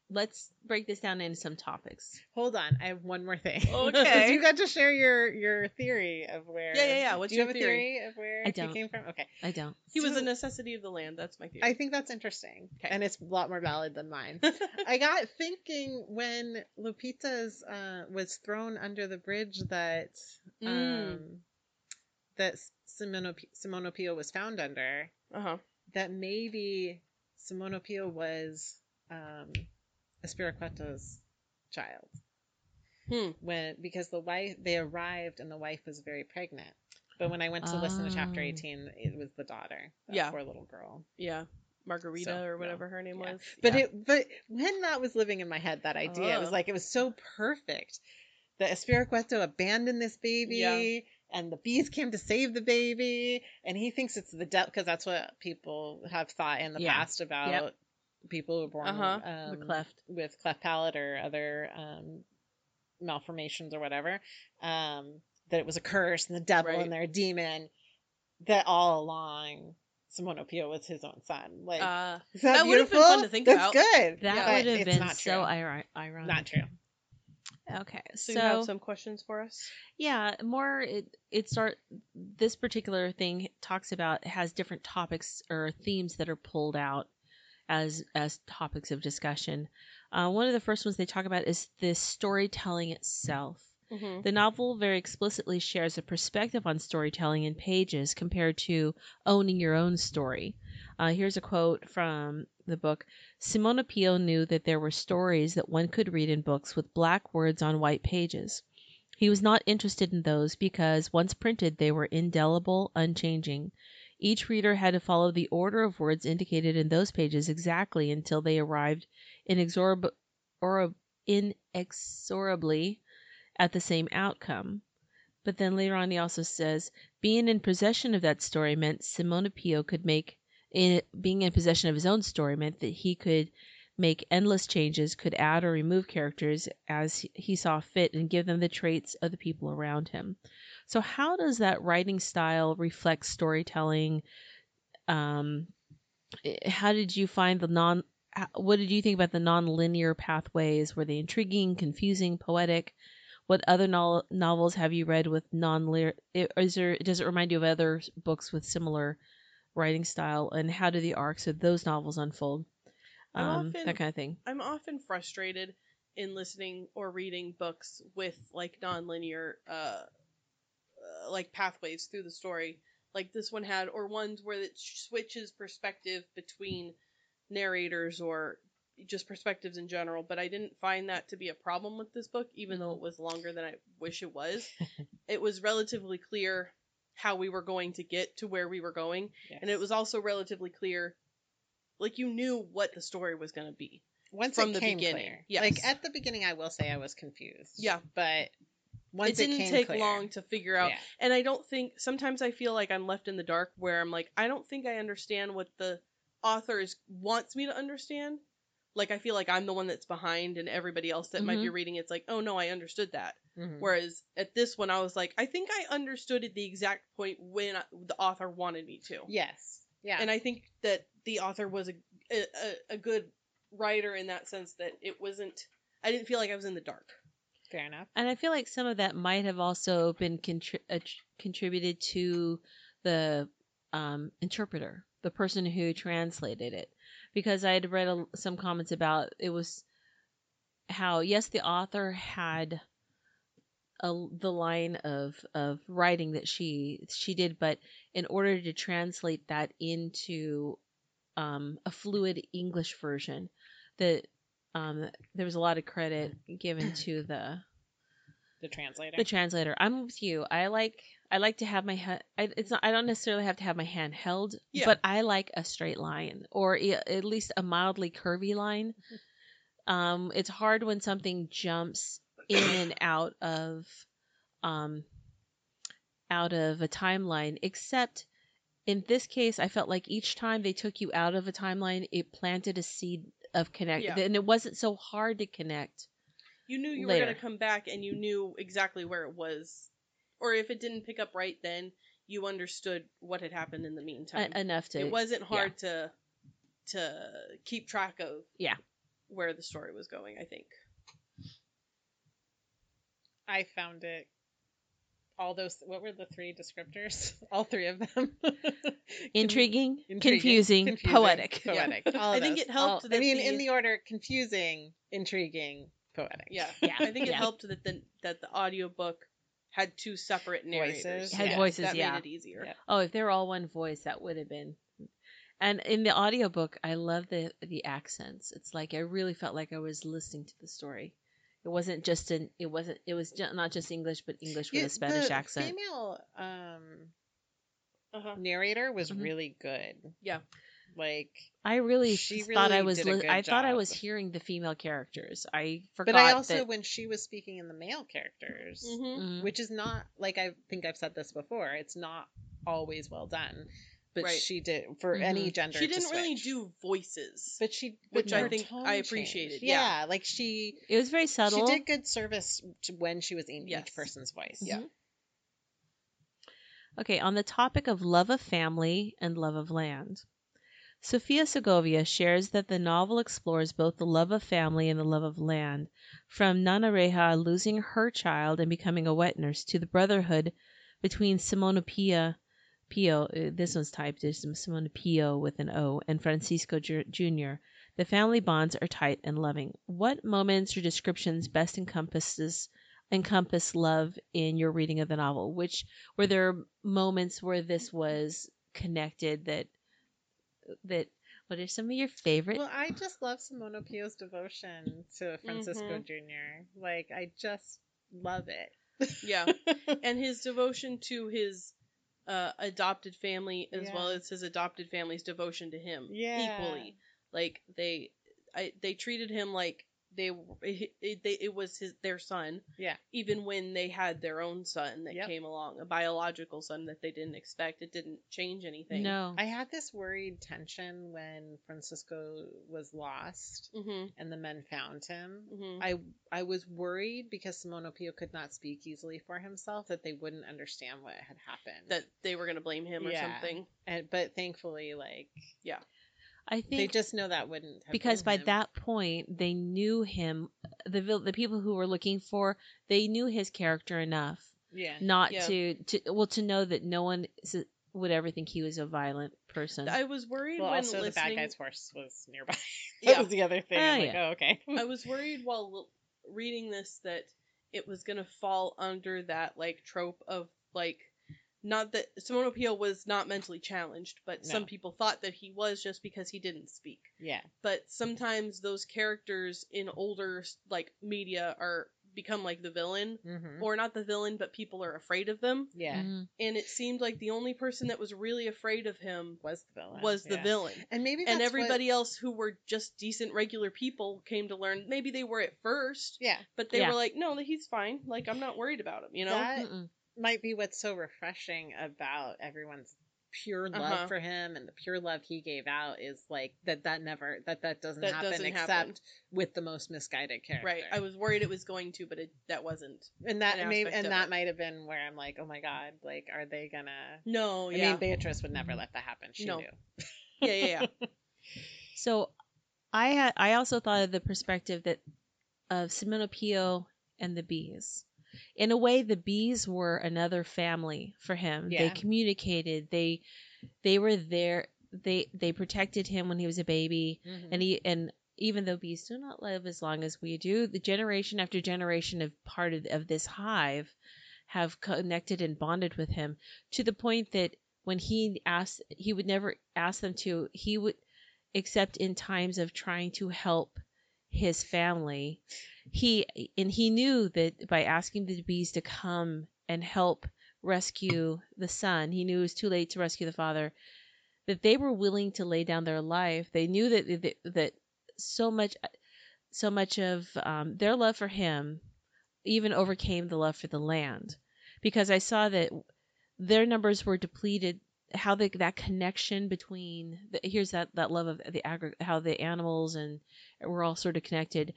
Speaker 1: let's break this down into some topics
Speaker 3: hold on, I have one more thing. 'Cause
Speaker 2: Okay.
Speaker 3: you got to share your your theory of where.
Speaker 2: Yeah, yeah, yeah. What's
Speaker 3: Do you
Speaker 2: your
Speaker 3: have a
Speaker 2: theory?
Speaker 3: theory of where
Speaker 1: I
Speaker 3: he
Speaker 1: don't.
Speaker 3: came from? Okay,
Speaker 1: i don't
Speaker 2: He was
Speaker 3: So-
Speaker 2: a necessity of the land. That's my theory.
Speaker 3: I think that's interesting,
Speaker 2: Okay.
Speaker 3: and it's a lot more valid than mine. I got thinking when Lupita's uh, was thrown under the bridge that
Speaker 2: Mm.
Speaker 3: um, that Simonopi- Simonopio was found under.
Speaker 2: uh huh.
Speaker 3: that maybe Simonopio was um, Espiriqueto's child.
Speaker 2: Hmm.
Speaker 3: When because the wife they arrived and the wife was very pregnant. But when I went to listen to chapter
Speaker 1: Oh.
Speaker 3: eighteen, it was the daughter, that
Speaker 2: Ah. Yeah.
Speaker 3: poor little girl.
Speaker 2: Yeah, Margarita
Speaker 3: So,
Speaker 2: or
Speaker 3: no.
Speaker 2: whatever her name
Speaker 3: Yeah.
Speaker 2: was.
Speaker 3: But
Speaker 2: Yeah.
Speaker 3: it but when that was living in my head, that idea, it was
Speaker 2: Oh.
Speaker 3: like it was so perfect that Espiriqueto abandoned this baby.
Speaker 2: Yeah.
Speaker 3: And the bees came to save the baby, and he thinks it's the devil because that's what people have thought in the
Speaker 1: Yeah.
Speaker 3: past about people who are born
Speaker 2: Uh-huh.
Speaker 3: um,
Speaker 1: the cleft.
Speaker 3: with cleft palate or other um, malformations or whatever, um, that it was a curse and the devil
Speaker 2: Right.
Speaker 3: and they're a demon. That all along, Simone Pio was his own son. Like
Speaker 2: Uh,
Speaker 3: is that,
Speaker 2: that would've been
Speaker 3: beautiful?
Speaker 2: fun to think
Speaker 3: That's
Speaker 2: about.
Speaker 3: good.
Speaker 1: That
Speaker 2: Yeah.
Speaker 3: But
Speaker 1: would have
Speaker 3: it's
Speaker 1: been
Speaker 3: not
Speaker 1: so
Speaker 3: true.
Speaker 1: ir- ironic.
Speaker 3: Not true.
Speaker 1: Okay, so,
Speaker 2: so, you have some questions for us?
Speaker 1: yeah, more it it start this particular thing talks about has different topics or themes that are pulled out as as topics of discussion. Uh, one of the first ones they talk about is this storytelling itself.
Speaker 2: Mm-hmm.
Speaker 1: The novel very explicitly shares a perspective on storytelling in pages compared to owning your own story. Uh, here's a quote from the book Simona Pio knew that there were stories that one could read in books with black words on white pages. He was not interested in those because, once printed, they were indelible, unchanging. Each reader had to follow the order of words indicated in those pages exactly until they arrived inexorab- or- inexorably at the same outcome. But then later on, he also says being in possession of that story meant Simone Pio could make it, being in possession of his own story meant that he could make endless changes, could add or remove characters as he saw fit, and give them the traits of the people around him. So, how does that writing style reflect storytelling? Um, eh, how did you find the non? h- What did you think about the non-linear pathways? Were they intriguing, confusing, poetic? What other no- novels have you read with non-linear? eh, Is there? Does it remind you of other s- books with similar writing style? And how do the arcs of those novels unfold?
Speaker 2: I'm
Speaker 1: Um,
Speaker 2: often-
Speaker 1: that kind of thing.
Speaker 2: I'm often frustrated in listening or reading books with like nonlinear, uh, uh, like pathways through the story, like this one had, or ones where it switches perspective between narrators or just perspectives in general. But I didn't find that to be a problem with this book, even though it was longer than I wish it was. it was relatively clear how we were going to get to where we were going, and it was also relatively clear. Like you knew what the story was going to be.
Speaker 3: once
Speaker 2: from
Speaker 3: it
Speaker 2: the
Speaker 3: came
Speaker 2: beginning,
Speaker 3: clear.
Speaker 2: yes.
Speaker 3: Like at the beginning, I will say I was confused.
Speaker 2: Yeah.
Speaker 3: but once
Speaker 2: it didn't
Speaker 3: came
Speaker 2: take
Speaker 3: clear-
Speaker 2: long to figure out.
Speaker 3: Yeah.
Speaker 2: And I don't think sometimes I feel like I'm left in the dark where I'm like I don't think I understand what the author is wants me to understand. Like I feel like I'm the one that's behind and everybody else that
Speaker 3: Mm-hmm.
Speaker 2: might be reading it's like, "Oh no, I understood that."
Speaker 3: Mhm.
Speaker 2: Whereas at this one I was like, "I think I understood at the exact point when I, the author wanted me to."
Speaker 3: Yes. Yeah.
Speaker 2: And I think that the author was a, a a- a good writer in that sense that it wasn't I didn't feel like I was in the dark.
Speaker 3: Fair enough.
Speaker 1: And I feel like some of that might have also been contri- uh, contributed to the um, interpreter, the person who translated it, because I had read a, some comments about it was how yes, the author had a, the line of of writing that she she did, but in order to translate that into um, a fluid English version, that um, there was a lot of credit given to the
Speaker 3: The translator.
Speaker 1: the translator. I'm with you. I like I like to have my hand. I, it's not. I don't necessarily have to have my hand held,
Speaker 2: Yeah.
Speaker 1: but I like a straight line or e- at least a mildly curvy line.
Speaker 2: Mm-hmm.
Speaker 1: Um, it's hard when something jumps in and out of, um, out of a timeline. Except in this case, I felt like each time they took you out of a timeline, it planted a seed of connect,
Speaker 2: Yeah.
Speaker 1: and it wasn't so hard to connect.
Speaker 2: you knew you were
Speaker 1: later.
Speaker 2: going to come back and you knew exactly where it was or if it didn't pick up right then you understood what had happened in the
Speaker 1: uh,
Speaker 2: meantime
Speaker 1: enough to
Speaker 2: it wasn't hard to to keep track of
Speaker 1: Yeah.
Speaker 2: where the story was going i think
Speaker 3: I found it. All those. What were the three descriptors? All three of them.
Speaker 1: intriguing,
Speaker 3: Intriguing,
Speaker 1: confusing, poetic.
Speaker 3: Poetic. All of
Speaker 2: I think
Speaker 3: those.
Speaker 2: it helped
Speaker 3: All- I
Speaker 2: that
Speaker 3: mean,
Speaker 2: the-
Speaker 3: in the order: confusing, intriguing, poetic.
Speaker 2: yeah
Speaker 1: Yeah.
Speaker 2: i think it
Speaker 1: Yeah.
Speaker 2: helped that the that the audiobook had two separate narrators
Speaker 3: Voices.
Speaker 1: Had
Speaker 2: Yeah.
Speaker 1: voices,
Speaker 2: that
Speaker 1: yeah.
Speaker 2: made it easier
Speaker 3: Yeah.
Speaker 1: Oh, if they were all one voice, that would have been. And in the audiobook, I love the the accents. It's like I really felt like I was listening to the story. It wasn't just an. It wasn't. It was ju- not just English, but English with
Speaker 3: Yeah,
Speaker 1: a Spanish
Speaker 3: the
Speaker 1: accent.
Speaker 3: Female um,
Speaker 2: uh-huh.
Speaker 3: narrator was
Speaker 1: Mhm.
Speaker 3: really good.
Speaker 2: Yeah.
Speaker 3: Like,
Speaker 1: I really
Speaker 3: she
Speaker 1: thought I
Speaker 3: really
Speaker 1: was.
Speaker 3: did a
Speaker 1: Li-
Speaker 3: good
Speaker 1: I thought I
Speaker 3: job.
Speaker 1: was hearing the female characters. I forgot.
Speaker 3: but I also
Speaker 1: that-
Speaker 3: when she was speaking in the male characters,
Speaker 2: hmm
Speaker 1: Mhm.
Speaker 3: which is not like I think I've said this before. It's not always well done. but
Speaker 2: Right.
Speaker 3: she did for
Speaker 1: Mhm.
Speaker 3: any gender.
Speaker 2: she
Speaker 3: to
Speaker 2: didn't really
Speaker 3: switch.
Speaker 2: do voices.
Speaker 3: but she,
Speaker 2: which
Speaker 1: I
Speaker 3: her
Speaker 2: think
Speaker 3: tone
Speaker 2: I
Speaker 3: changed.
Speaker 2: appreciated, yeah.
Speaker 3: like she,
Speaker 1: It was very subtle.
Speaker 3: she did good service to when she was in
Speaker 2: Yes.
Speaker 3: each person's voice.
Speaker 2: Yeah.
Speaker 1: Mhm. Okay, on the topic of love of family and love of land. Sofia Segovia shares that the novel explores both the love of family and the love of land, from Nanareja losing her child and becoming a wet nurse to the brotherhood between Simona Pia, Pio, uh, this one's typed as Simona Pio with an O, and Francisco Ju- Jr. The family bonds are tight and loving. What moments or descriptions best encompasses encompass love in your reading of the novel? Which were there moments where this was connected that that what are some of your favorite
Speaker 3: Well, I just love Simona Pio's devotion to Francisco
Speaker 1: Mm-hmm.
Speaker 2: Mhm.
Speaker 3: Jr. Like, I just love it.
Speaker 2: Yeah. and his devotion to his uh, adopted family as
Speaker 3: Yeah.
Speaker 2: well as his adopted family's devotion to him
Speaker 3: Yeah.
Speaker 2: equally like they I, they treated him like they it, it, they, it was his their son
Speaker 3: Yeah.
Speaker 2: even when they had their own son that
Speaker 3: Yep.
Speaker 2: came along a biological son that they didn't expect it didn't change anything
Speaker 1: no
Speaker 3: I had this worried tension when Francisco was lost
Speaker 2: mm-hmm,
Speaker 3: and the men found him.
Speaker 2: mm-hmm.
Speaker 3: I I was worried because Simone Pio could not speak easily for himself that they wouldn't understand what had happened.
Speaker 2: that they were gonna blame him or
Speaker 3: Yeah.
Speaker 2: something
Speaker 3: and, but thankfully, like
Speaker 1: i
Speaker 3: they
Speaker 1: think
Speaker 3: just know that wouldn't have
Speaker 1: because by
Speaker 3: been him.
Speaker 1: that point they knew him the vil- the people who were looking for they knew his character enough
Speaker 3: yeah
Speaker 1: not
Speaker 2: Yeah.
Speaker 1: to, to well to know that no one s- would ever think he was a violent person
Speaker 2: I was worried
Speaker 3: well
Speaker 2: when
Speaker 3: also the bad
Speaker 2: listening-
Speaker 3: guy's horse was nearby that
Speaker 2: yeah
Speaker 3: was the other thing
Speaker 1: Ah,
Speaker 3: I'm like
Speaker 1: yeah.
Speaker 3: oh okay
Speaker 2: I was worried while l- reading this that it was gonna fall under that like trope of like not that Simone Pio was not mentally challenged, but
Speaker 3: No.
Speaker 2: some people thought that he was just because he didn't speak.
Speaker 3: yeah
Speaker 2: But sometimes those characters in older like media are become like the villain
Speaker 3: hmm
Speaker 2: or not the villain, but people are afraid of them.
Speaker 3: yeah
Speaker 1: Mm.
Speaker 2: And it seemed like the only person that was really afraid of him
Speaker 3: was the villain
Speaker 2: was the
Speaker 3: yeah.
Speaker 2: villain
Speaker 3: and maybe that's
Speaker 2: and
Speaker 3: what-
Speaker 2: everybody else who were just decent regular people came to learn maybe they were at first
Speaker 3: yeah
Speaker 2: but they
Speaker 1: Yeah.
Speaker 2: were like no he's fine like i'm not worried about him you know
Speaker 3: That-
Speaker 1: Mm-mm.
Speaker 3: might be what's so refreshing about everyone's pure love
Speaker 2: Uh-huh.
Speaker 3: for him and the pure love he gave out is like that that never that that doesn't
Speaker 2: That
Speaker 3: happen
Speaker 2: doesn't
Speaker 3: except
Speaker 2: happen.
Speaker 3: with the most misguided character
Speaker 2: right i was worried it was going to but it that wasn't
Speaker 3: and that
Speaker 2: an
Speaker 3: may
Speaker 2: aspect
Speaker 3: and
Speaker 2: of
Speaker 3: that
Speaker 2: it.
Speaker 3: might have been where i'm like oh my god like are they gonna
Speaker 2: no
Speaker 3: i
Speaker 2: Oh, yeah. Mm-hmm.
Speaker 3: mean beatrice would never let that happen she
Speaker 2: No.
Speaker 3: knew
Speaker 2: yeah yeah yeah
Speaker 1: so i had i also thought of the perspective that of Simone Pio and the bees in a way the bees were another family for him they
Speaker 3: Yeah.
Speaker 1: communicated they they were there they they protected him when he was a baby
Speaker 2: Mm-hmm.
Speaker 1: and he and even though bees do not live as long as we do the generation after generation of part of, of this hive have connected and bonded with him to the point that when he asked he would never ask them to he would except in times of trying to help his family he and he knew that by asking the bees to come and help rescue the son he knew it was too late to rescue the father that they were willing to lay down their life. They knew that that, that so much, so much of um, their love for him even overcame the love for the land, because I saw that their numbers were depleted. How the, that connection between the, here's that that love of the agri- how the animals and we're all sort of connected.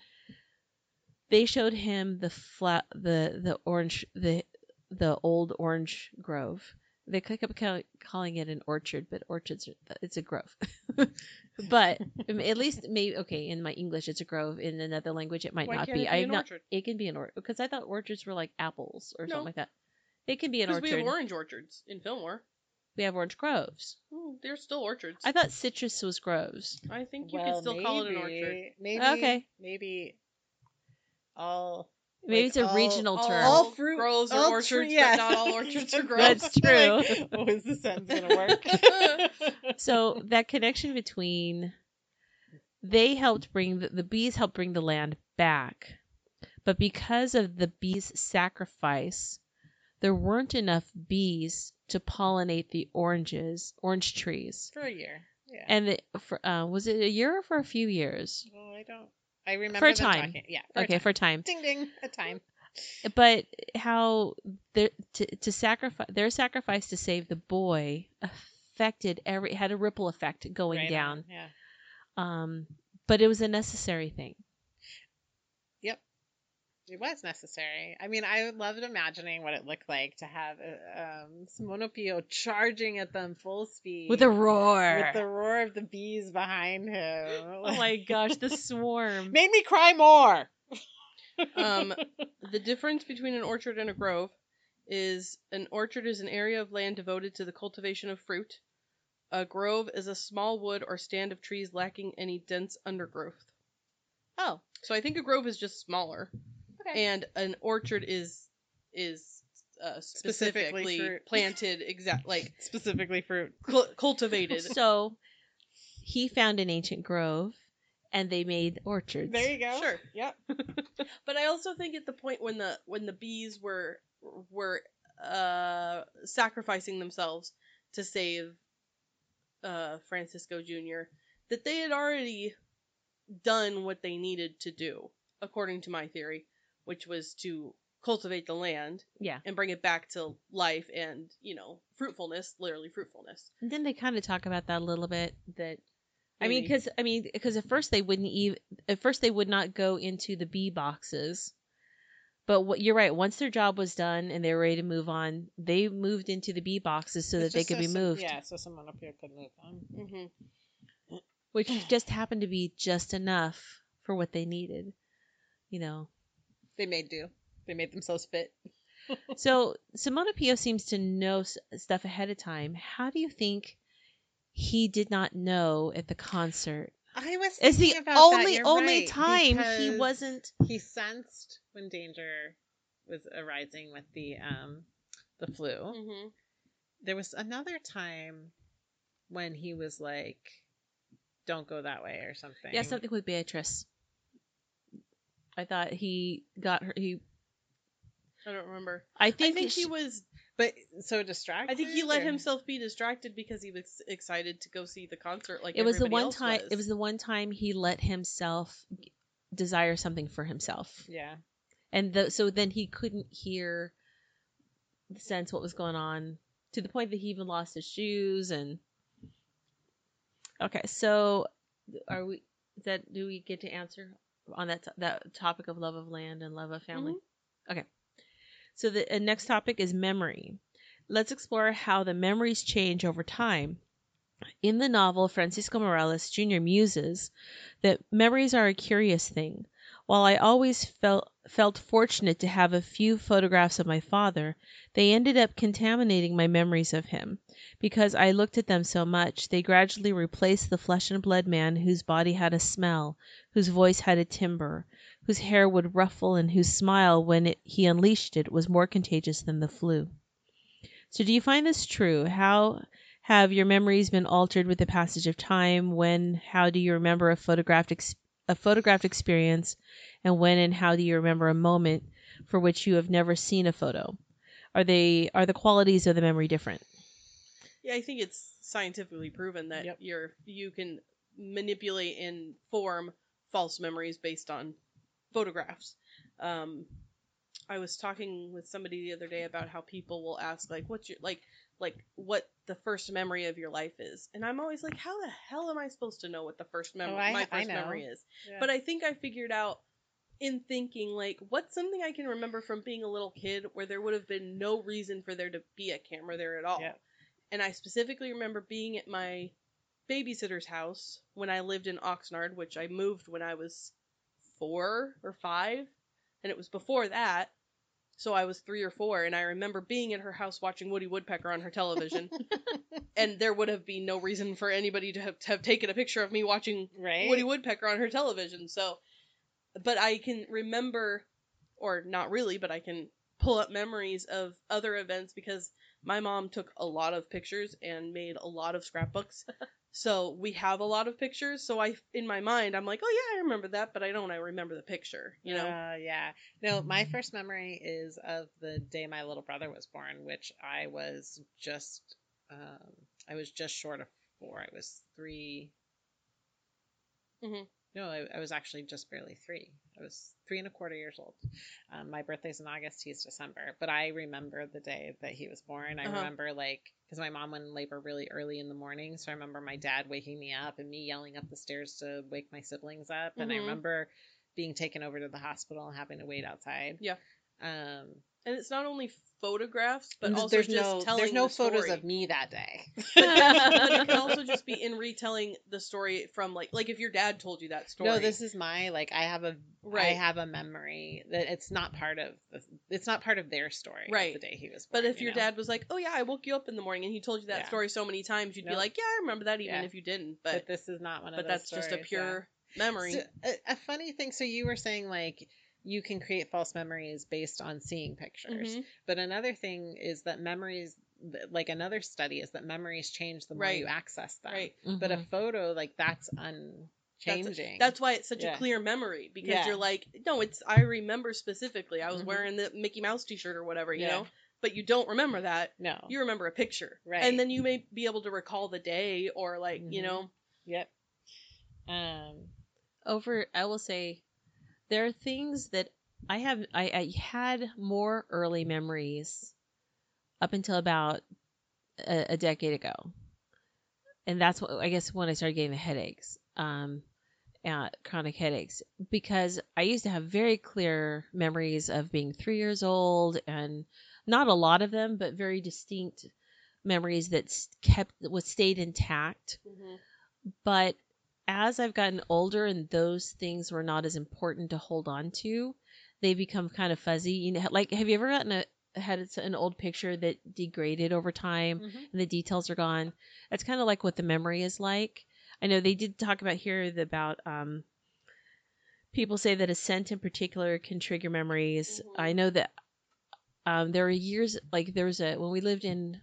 Speaker 1: They showed him the flat the the orange the the old orange grove they kept ca- calling it an orchard, but orchards are, it's a grove. but at least maybe okay in my English it's a grove. In another language it might
Speaker 2: Why
Speaker 1: not
Speaker 2: can't
Speaker 1: be.
Speaker 2: it be
Speaker 1: I
Speaker 2: an
Speaker 1: have not.
Speaker 2: orchard?
Speaker 1: It can be an orchard because I thought orchards were like apples or
Speaker 2: No.
Speaker 1: something like that. They can be an
Speaker 2: because
Speaker 1: orchard.
Speaker 2: we have orange orchards in fillmore
Speaker 1: We have orange groves.
Speaker 2: Ooh, they're still orchards
Speaker 1: I thought citrus was groves.
Speaker 2: I think you could still call it an orchard
Speaker 3: maybe
Speaker 1: Okay.
Speaker 3: maybe all
Speaker 1: Maybe
Speaker 3: like,
Speaker 1: it's a
Speaker 3: all-
Speaker 1: regional
Speaker 2: all-
Speaker 1: term.
Speaker 3: all fruit
Speaker 2: groves are
Speaker 3: all
Speaker 2: orchards,
Speaker 3: fruit-
Speaker 2: but
Speaker 3: yeah.
Speaker 2: not all orchards are groves.
Speaker 1: That's true.
Speaker 3: Like, oh, is this sentence gonna work?
Speaker 1: so that connection between they helped bring the, the bees helped bring the land back but because of the bees sacrifice there weren't enough bees to pollinate the oranges orange trees
Speaker 3: for a year. Yeah.
Speaker 1: and the, for, uh, was it a year or for a few years
Speaker 3: well, I don't. I remember
Speaker 1: For a
Speaker 3: them
Speaker 1: time.
Speaker 3: Talking, yeah.
Speaker 1: okay
Speaker 3: a time.
Speaker 1: for a time
Speaker 3: ding ding a time.
Speaker 1: but how their to, to sacrifice their sacrifice to save the boy affected every it had a ripple effect going
Speaker 3: Right
Speaker 1: down.
Speaker 3: on, Yeah.
Speaker 1: Um, but it was a necessary thing.
Speaker 3: It was necessary. I mean, I loved imagining what it looked like to have uh, um, Simonopio charging at them full speed
Speaker 1: With a roar.
Speaker 3: with the roar of the bees behind him.
Speaker 1: oh my gosh, the swarm.
Speaker 3: Made me cry more.
Speaker 2: um, the difference between an orchard and a grove is an orchard is an area of land devoted to the cultivation of fruit. A grove is a small wood or stand of trees lacking any dense undergrowth.
Speaker 3: Oh,
Speaker 2: So I think a grove is just smaller,
Speaker 3: okay.
Speaker 2: and an orchard is is uh,
Speaker 3: Specifically
Speaker 2: specifically,
Speaker 3: fruit.
Speaker 2: planted, exact like
Speaker 3: Specifically fruit.
Speaker 2: cul cultivated.
Speaker 1: So he found an ancient grove and they made orchards.
Speaker 3: There you go.
Speaker 2: Sure.
Speaker 3: Yep.
Speaker 2: But I also think at the point when the when the bees were were uh, sacrificing themselves to save uh, Francisco Jr. that they had already done what they needed to do, according to my theory, which was to cultivate the land
Speaker 1: Yeah.
Speaker 2: and bring it back to life and you know fruitfulness, literally fruitfulness.
Speaker 1: And then they kind of talk about that a little bit that I mean,
Speaker 2: Maybe.
Speaker 1: because I mean, because at first they wouldn't even. At first they would not go into the bee boxes, but what you're right. Once their job was done and they were ready to move on, they moved into the bee boxes so
Speaker 3: It's
Speaker 1: that they
Speaker 3: just
Speaker 1: could be
Speaker 3: some-
Speaker 1: moved,
Speaker 3: Yeah, so someone up here could move them.
Speaker 2: hmm
Speaker 1: which just happened to be just enough for what they needed. You know,
Speaker 3: They made do. They made themselves fit.
Speaker 1: so Simona Pio seems to know s- stuff ahead of time. How do you think he did not know at the concert?
Speaker 3: I was.
Speaker 1: It's the
Speaker 3: thinking about that,
Speaker 1: only
Speaker 3: you're
Speaker 1: only
Speaker 3: right,
Speaker 1: time he
Speaker 3: because
Speaker 1: wasn't.
Speaker 3: He sensed when danger was arising with the um the flu.
Speaker 2: hmm
Speaker 3: there was another time when he was like, "Don't go that way" or something.
Speaker 1: Yeah, something with Beatrice. I thought he got her. He,
Speaker 2: I don't remember.
Speaker 1: I
Speaker 2: I
Speaker 1: think,
Speaker 2: think
Speaker 1: she-
Speaker 2: he was
Speaker 3: But so distracted.
Speaker 2: I think he let
Speaker 3: or-
Speaker 2: himself be distracted because he was excited to go see the concert. Like
Speaker 1: it was the
Speaker 2: everybody
Speaker 1: one
Speaker 2: else
Speaker 1: time. It was the one time he let himself desire something for himself,
Speaker 3: Yeah.
Speaker 1: and the, so then he couldn't hear, sense what was going on to the point that he even lost his shoes. And okay, so are we? Is that do we get to answer on that to- that topic of love of land and love of family? Okay. So the uh, next topic is memory. Let's explore how the memories change over time. In the novel, Francisco Morales Jr. muses that memories are a curious thing. While I always felt felt fortunate to have a few photographs of my father, they ended up contaminating my memories of him. Because I looked at them so much, they gradually replaced the flesh and blood man whose body had a smell, whose voice had a timbre, whose hair would ruffle and whose smile, when it, he unleashed it, was more contagious than the flu. So, do you find this true? How have your memories been altered with the passage of time? When, how do you remember a photographed ex- a photographed experience, and when and how do you remember a moment for which you have never seen a photo? Are they are the qualities of the memory different?
Speaker 2: Yeah, I think it's scientifically proven that
Speaker 3: Yep.
Speaker 2: you're you can manipulate and form false memories based on photographs. Um, I was talking with somebody the other day about how people will ask like, "What's your like like what the first memory of your life is?" And I'm always like, "How the hell am I supposed to know what the first memory
Speaker 3: Oh, I-
Speaker 2: my
Speaker 3: I
Speaker 2: first
Speaker 3: know.
Speaker 2: memory is?"
Speaker 3: Yeah.
Speaker 2: But I think I figured out in thinking like what's something I can remember from being a little kid where there would have been no reason for there to be a camera there at all.
Speaker 3: Yeah.
Speaker 2: And I specifically remember being at my babysitter's house when I lived in Oxnard, which I moved when I was 4 or 5, and it was before that. So I was 3 or 4 and I remember being at her house watching Woody Woodpecker on her television and there would have been no reason for anybody to have, to have taken a picture of me watching
Speaker 3: right.
Speaker 2: Woody Woodpecker on her television. So, but I can remember, or not really, but I can pull up memories of other events because my mom took a lot of pictures and made a lot of scrapbooks. so we have a lot of pictures. So I, in my mind, I'm like, oh yeah, I remember that, but I don't. I remember the picture, you know. Mm-hmm.
Speaker 3: Uh, yeah. No, my first memory is of the day my little brother was born, which I was just, um, I was just short of four. I was three.
Speaker 2: Mhm.
Speaker 3: No, I, I was actually just barely three. I was three and a quarter years old. Um, my birthday's in August. He's December. But I remember the day that he was born. I
Speaker 2: Uh-huh.
Speaker 3: remember, like, because my mom went in labor really early in the morning. So I remember my dad waking me up and me yelling up the stairs to wake my siblings up. And I
Speaker 2: Mhm.
Speaker 3: remember being taken over to the hospital and having to wait outside.
Speaker 2: Yeah.
Speaker 3: Um,
Speaker 2: And it's not only photographs, but also
Speaker 3: there's
Speaker 2: just
Speaker 3: no,
Speaker 2: telling
Speaker 3: there's no
Speaker 2: the
Speaker 3: photos
Speaker 2: story.
Speaker 3: of me that day.
Speaker 2: but it can also just be in retelling the story from like like if your dad told you that story.
Speaker 3: No, this is my like I have a I
Speaker 2: Right.
Speaker 3: have a memory that it's not part of the, it's not part of their story. of
Speaker 2: Right.
Speaker 3: the day he was born.
Speaker 2: But if
Speaker 3: you
Speaker 2: your
Speaker 3: know?
Speaker 2: dad was like, "Oh yeah, I woke you up in the morning," and he told you that
Speaker 3: Yeah.
Speaker 2: story so many times, you'd be
Speaker 3: Nope.
Speaker 2: like, "Yeah, I remember that," even
Speaker 3: Yeah.
Speaker 2: if you didn't.
Speaker 3: but,
Speaker 2: But
Speaker 3: this is not one
Speaker 2: but,
Speaker 3: of those
Speaker 2: that's just a
Speaker 3: stories, yeah.
Speaker 2: pure memory. Mm-hmm.
Speaker 3: So, a, a funny thing. So you were saying like you can create false memories based on seeing pictures,
Speaker 2: Mhm.
Speaker 3: but another thing is that memories, like another study, is that memories change the more
Speaker 2: Right.
Speaker 3: you access them.
Speaker 2: Right.
Speaker 3: But
Speaker 1: Mm-hmm.
Speaker 3: a photo like that's unchanging.
Speaker 2: That's why it's such a
Speaker 3: Yeah.
Speaker 2: clear memory because
Speaker 3: Yeah.
Speaker 2: you're like, "No, it's I remember specifically. I was
Speaker 3: Mhm.
Speaker 2: wearing the Mickey Mouse T-shirt or whatever, you
Speaker 3: Yeah.
Speaker 2: know." But you don't remember that.
Speaker 3: no.
Speaker 2: You remember a picture,
Speaker 3: Right.
Speaker 2: And then you may be able to recall the day or like you
Speaker 3: Mhm.
Speaker 2: know,
Speaker 3: Yep. Um.
Speaker 1: over i will say there are things that i have i, I had more early memories up until about a, a decade ago and that's what i guess when i started getting the headaches um uh, chronic headaches because i used to have very clear memories of being three years old and not a lot of them but very distinct memories that s- kept what stayed intact but as I've gotten older and those things were not as important to hold on to, they become kind of fuzzy. You know, like have you ever gotten a had it's an old picture that degraded over
Speaker 3: mm-hmm.
Speaker 1: time and the details are gone? That's kind of like what the memory is like. I know they did talk about here the- about um, people say that a scent in particular can trigger memories.
Speaker 2: Mhm.
Speaker 1: I know that um, there were years like there was a when we lived in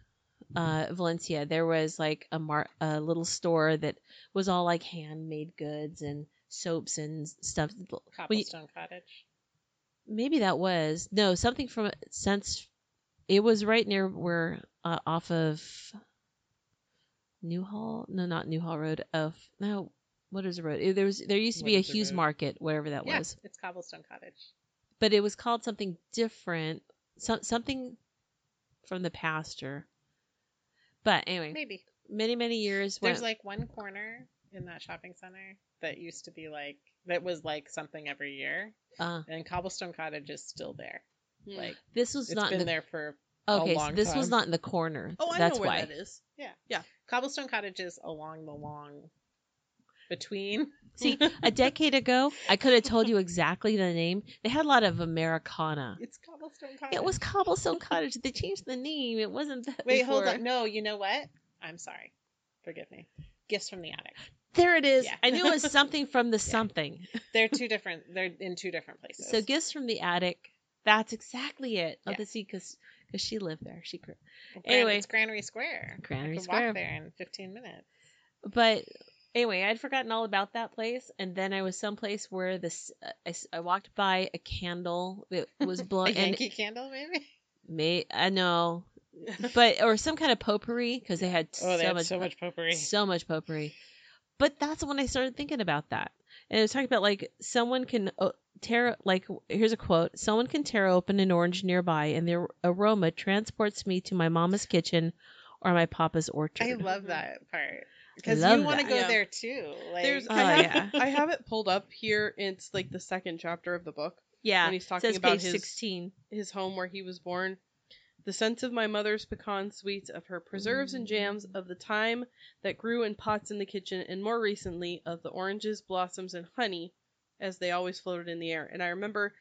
Speaker 1: uh, Valencia, there was like a mar- a little store that was all like handmade goods and soaps and stuff.
Speaker 3: Cobblestone Cottage.
Speaker 1: Maybe that was no something from since it was right near where uh, off of Newhall. No, not Newhall Road. Of no, what is the road? There was there used to be a
Speaker 3: Windsor
Speaker 1: Hughes
Speaker 3: Road.
Speaker 1: Market, whatever that
Speaker 3: Yeah,
Speaker 1: was
Speaker 3: it's Cobblestone Cottage.
Speaker 1: but it was called something different, some something from the pasture. But anyway,
Speaker 3: Maybe.
Speaker 1: many many years
Speaker 3: There's
Speaker 1: went.
Speaker 3: like one corner in that shopping center that used to be like that was like something every year,
Speaker 1: uh,
Speaker 3: and Cobblestone Cottage is still there. Like
Speaker 1: this was
Speaker 3: it's
Speaker 1: not in
Speaker 3: been
Speaker 1: the
Speaker 3: there for
Speaker 1: okay.
Speaker 3: a
Speaker 1: so
Speaker 3: long
Speaker 1: this was
Speaker 3: time.
Speaker 1: not in the corner.
Speaker 2: oh, I
Speaker 1: That's
Speaker 2: know where
Speaker 1: why.
Speaker 2: that is.
Speaker 3: Cobblestone Cottage is along the long between.
Speaker 1: See, a decade ago, I could have told you exactly the name. They had a lot of Americana.
Speaker 3: It's Cobblestone Cottage.
Speaker 1: It was Cobblestone Cottage. They changed the name. It wasn't that.
Speaker 3: Wait, hold
Speaker 1: before.
Speaker 3: on. No, you know what? I'm sorry. Forgive me. Gifts from the attic.
Speaker 1: There it is.
Speaker 3: Yeah.
Speaker 1: I knew it was something from the something.
Speaker 3: They're two different. They're in two different places.
Speaker 1: So gifts from the attic. That's exactly it.
Speaker 3: Yeah.
Speaker 1: Oh, see, because because she lived there. She grew
Speaker 3: Gran-
Speaker 1: anyway.
Speaker 3: it's Granary Square.
Speaker 1: Granary
Speaker 3: I could
Speaker 1: Square.
Speaker 3: walk there in 15 minutes.
Speaker 1: but anyway, I'd forgotten all about that place, and then I was someplace where this uh, I, s- I walked by a candle that was
Speaker 3: A
Speaker 1: blowing. and
Speaker 3: Yankee Candle, maybe.
Speaker 1: may I know, but or some kind of potpourri because they had
Speaker 3: Oh,
Speaker 1: so,
Speaker 3: they had
Speaker 1: much,
Speaker 3: so much potpourri.
Speaker 1: so much potpourri. But that's when I started thinking about that, and it was talking about like someone can uh, tear like here's a quote: someone can tear open an orange nearby, and their aroma transports me to my mama's kitchen or my papa's orchard.
Speaker 3: I love
Speaker 2: Mhm.
Speaker 3: that part because
Speaker 1: Love
Speaker 3: you want to
Speaker 1: that.
Speaker 3: go
Speaker 2: Yeah.
Speaker 3: there too. Like,
Speaker 2: There's-
Speaker 1: oh
Speaker 2: I have-
Speaker 1: yeah,
Speaker 2: I have it pulled up here. It's like the second chapter of the book.
Speaker 1: yeah.
Speaker 2: when he's talking
Speaker 1: Says
Speaker 2: about
Speaker 1: page
Speaker 2: his-
Speaker 1: sixteen.
Speaker 2: his home where he was born. The scent of my mother's pecan sweets, of her preserves and jams, of the thyme that grew in pots in the kitchen, and more recently of the oranges, blossoms, and honey as they always floated in the air. And I remember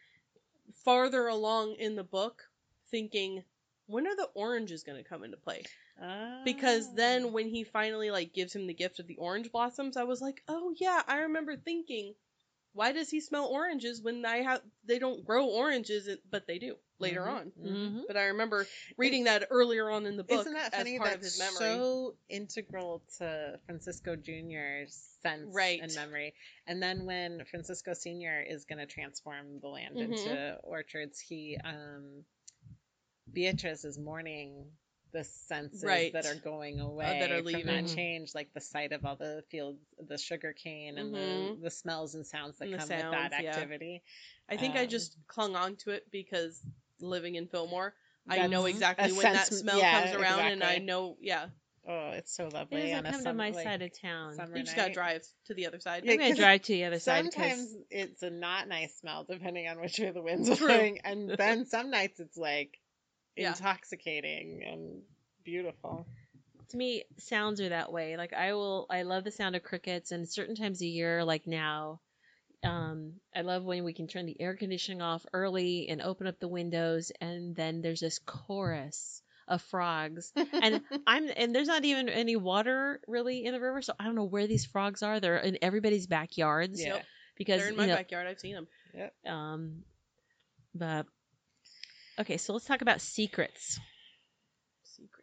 Speaker 2: farther along in the book thinking, when are the oranges going to come into play?
Speaker 3: Ah.
Speaker 2: Because then when he finally like gives him the gift of the orange blossoms, I was like, "Oh yeah, I remember thinking, why does he smell oranges when I have they don't grow oranges but they do later
Speaker 3: Mhm.
Speaker 2: on."
Speaker 1: Mm-hmm.
Speaker 2: But I remember reading that earlier on in the book
Speaker 3: Isn't that funny?
Speaker 2: as part
Speaker 3: That's
Speaker 2: of his memory.
Speaker 3: so integral to Francisco Junior's sense
Speaker 2: Right.
Speaker 3: and memory. And then when Francisco Senior is going to transform the land
Speaker 2: Mhm.
Speaker 3: into orchards, he um, Beatrice is mourning the senses
Speaker 2: Right. Oh,
Speaker 3: that are going away
Speaker 2: are
Speaker 3: from that
Speaker 1: leaving.
Speaker 3: change, like the sight of all the fields, the sugar cane, and the,
Speaker 2: Mhm.
Speaker 3: the smells and sounds that
Speaker 2: And the
Speaker 3: come with that
Speaker 2: sounds, yeah.
Speaker 3: activity.
Speaker 2: I think I just clung on to it because living in Fillmore, I know
Speaker 3: That's
Speaker 2: exactly
Speaker 3: a
Speaker 2: when that
Speaker 3: sense-
Speaker 2: smell
Speaker 3: yeah,
Speaker 2: comes around, and I
Speaker 3: exactly.
Speaker 2: know, yeah,
Speaker 3: Oh, it's so
Speaker 1: It
Speaker 3: lovely. on a
Speaker 1: doesn't come to
Speaker 3: summer-
Speaker 1: my
Speaker 3: like-
Speaker 1: side of town.
Speaker 3: summer
Speaker 2: you just gotta
Speaker 3: night.
Speaker 2: drive to the other side.
Speaker 3: Yeah,
Speaker 1: I'm gonna
Speaker 3: 'cause
Speaker 1: drive to the other side. 'cause-
Speaker 3: Sometimes it's a not nice smell, depending on which way the wind's
Speaker 2: True.
Speaker 3: blowing, and then some nights it's like
Speaker 2: Yeah.
Speaker 3: intoxicating and beautiful.
Speaker 1: to me sounds are that way like i will i love the sound of crickets and certain times a year like now um i love when we can turn the air conditioning off early and open up the windows and then there's this chorus of frogs and i'm and there's not even any water really in the river so i don't know where these frogs are they're in everybody's backyards
Speaker 3: Yeah.
Speaker 1: because
Speaker 2: They're in
Speaker 1: you
Speaker 2: my
Speaker 1: know,
Speaker 2: backyard. I've seen them.
Speaker 1: um but okay so let's talk about secrets
Speaker 2: Secrets.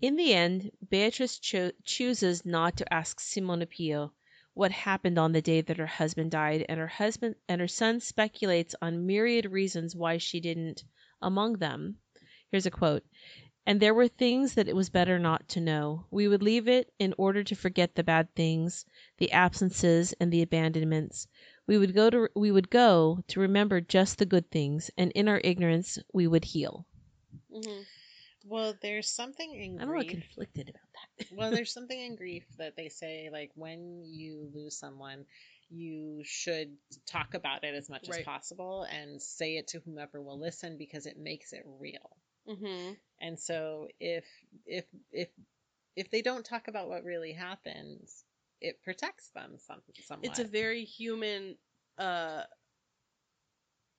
Speaker 1: In the end, Beatrice cho- chooses not to ask Simone Pio what happened on the day that her husband died, and her husband and her son speculates on myriad reasons why she didn't. Among them, here's a quote: "And there were things that it was better not to know. We would leave it in order to forget the bad things, the absences, and the abandonments. We would go to we would go to remember just the good things, and in our ignorance, we would heal."
Speaker 2: hmm
Speaker 3: well, there's something in
Speaker 1: I'm a little
Speaker 3: grief.
Speaker 1: conflicted about that.
Speaker 3: well, there's something in grief that they say, like when you lose someone, you should talk about it as much as
Speaker 2: Right.
Speaker 3: possible and say it to whomever will listen because it makes it real.
Speaker 2: hmm
Speaker 3: And so if if if if they don't talk about what really happens, it protects them some somewhat.
Speaker 2: It's a very human uh,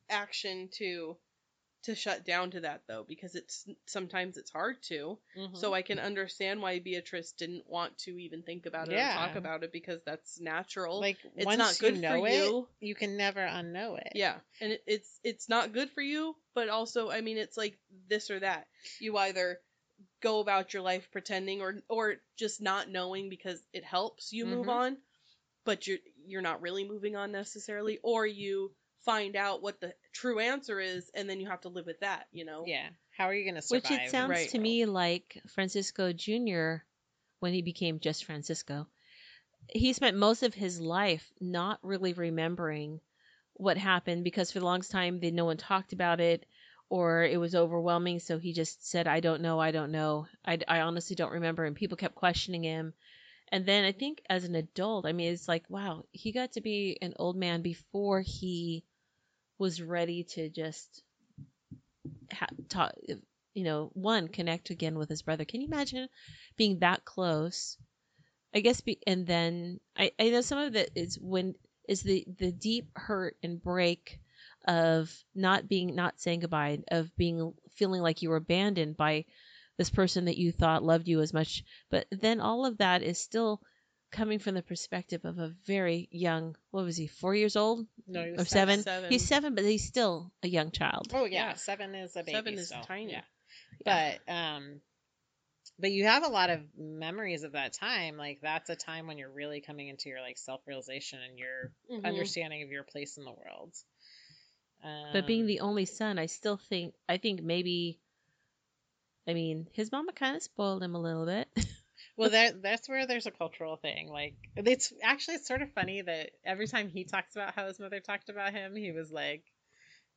Speaker 2: action to to shut down to that though, because it's sometimes it's hard to.
Speaker 3: Mhm.
Speaker 2: So I can understand why Beatrice didn't want to even think about it
Speaker 3: Yeah.
Speaker 2: or talk about it because that's natural.
Speaker 3: like
Speaker 2: it's
Speaker 3: once
Speaker 2: not good
Speaker 3: you know
Speaker 2: for
Speaker 3: it, you.
Speaker 2: you.
Speaker 3: can never unknow it.
Speaker 2: Yeah, and it, it's it's not good for you, but also I mean it's like this or that. You either go about your life pretending or or just not knowing because it helps you move
Speaker 3: Mhm.
Speaker 2: on, but you're you're not really moving on necessarily, or you find out what the true answer is and then you have to live with that. You know.
Speaker 3: Yeah. How are you going to survive?
Speaker 1: Which it sounds
Speaker 2: Right.
Speaker 1: to me like Francisco Jr., when he became just Francisco, he spent most of his life not really remembering what happened because for the longest time they, no one talked about it or it was overwhelming. So he just said, I don't know, I don't know. I, I honestly don't remember. And people kept questioning him. And then I think as an adult, I mean, it's like, wow, he got to be an old man before he was ready to just ha- talk, you know, one connect again with his brother. Can you imagine being that close? I guess, be, and then I, I know some of it is when is the the deep hurt and break of not being not saying goodbye, of being feeling like you were abandoned by this person that you thought loved you as much, but then all of that is still coming from the perspective of a very young what was he four years old
Speaker 3: No, he
Speaker 1: or
Speaker 3: was
Speaker 1: seven.
Speaker 2: Seven.
Speaker 1: he's seven but he's still a young child
Speaker 3: Oh yeah,
Speaker 2: Yeah.
Speaker 3: seven is a baby.
Speaker 2: Seven is
Speaker 3: still.
Speaker 2: tiny.
Speaker 3: Yeah. But um, but you have a lot of memories of that time. Like that's a time when you're really coming into your like self realization and your
Speaker 2: Mhm.
Speaker 3: understanding of your place in the world. Um,
Speaker 1: But being the only son, I still think I think maybe I mean, his mama kind of spoiled him a little bit.
Speaker 3: well, that that's where there's a cultural thing. Like it's actually it's sort of funny that every time he talks about how his mother talked about him, he was like,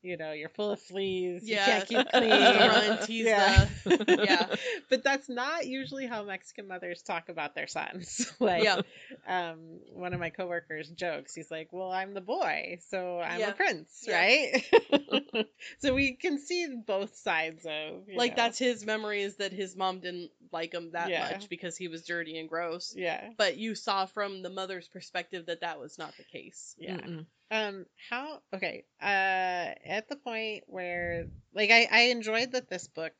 Speaker 3: you know, you're full of fleas.
Speaker 2: Yeah.
Speaker 3: you can't keep
Speaker 2: He's the
Speaker 3: clean.
Speaker 2: runt, he's
Speaker 3: Yeah.
Speaker 2: the yeah.
Speaker 3: but that's not usually how Mexican mothers talk about their sons. like,
Speaker 2: Yeah.
Speaker 3: um, one of my coworkers jokes. He's like, "Well, I'm the boy, so I'm
Speaker 2: Yeah.
Speaker 3: a prince,
Speaker 2: Yeah.
Speaker 3: right?" so we can see both sides of you
Speaker 2: Like
Speaker 3: know,
Speaker 2: that's his memory is that his mom didn't like him that
Speaker 3: Yeah.
Speaker 2: much because he was dirty and gross.
Speaker 3: yeah,
Speaker 2: but you saw from the mother's perspective that that was not the case.
Speaker 3: yeah.
Speaker 1: Mm-mm.
Speaker 3: Um, how okay? Uh, at the point where like I I enjoyed that this book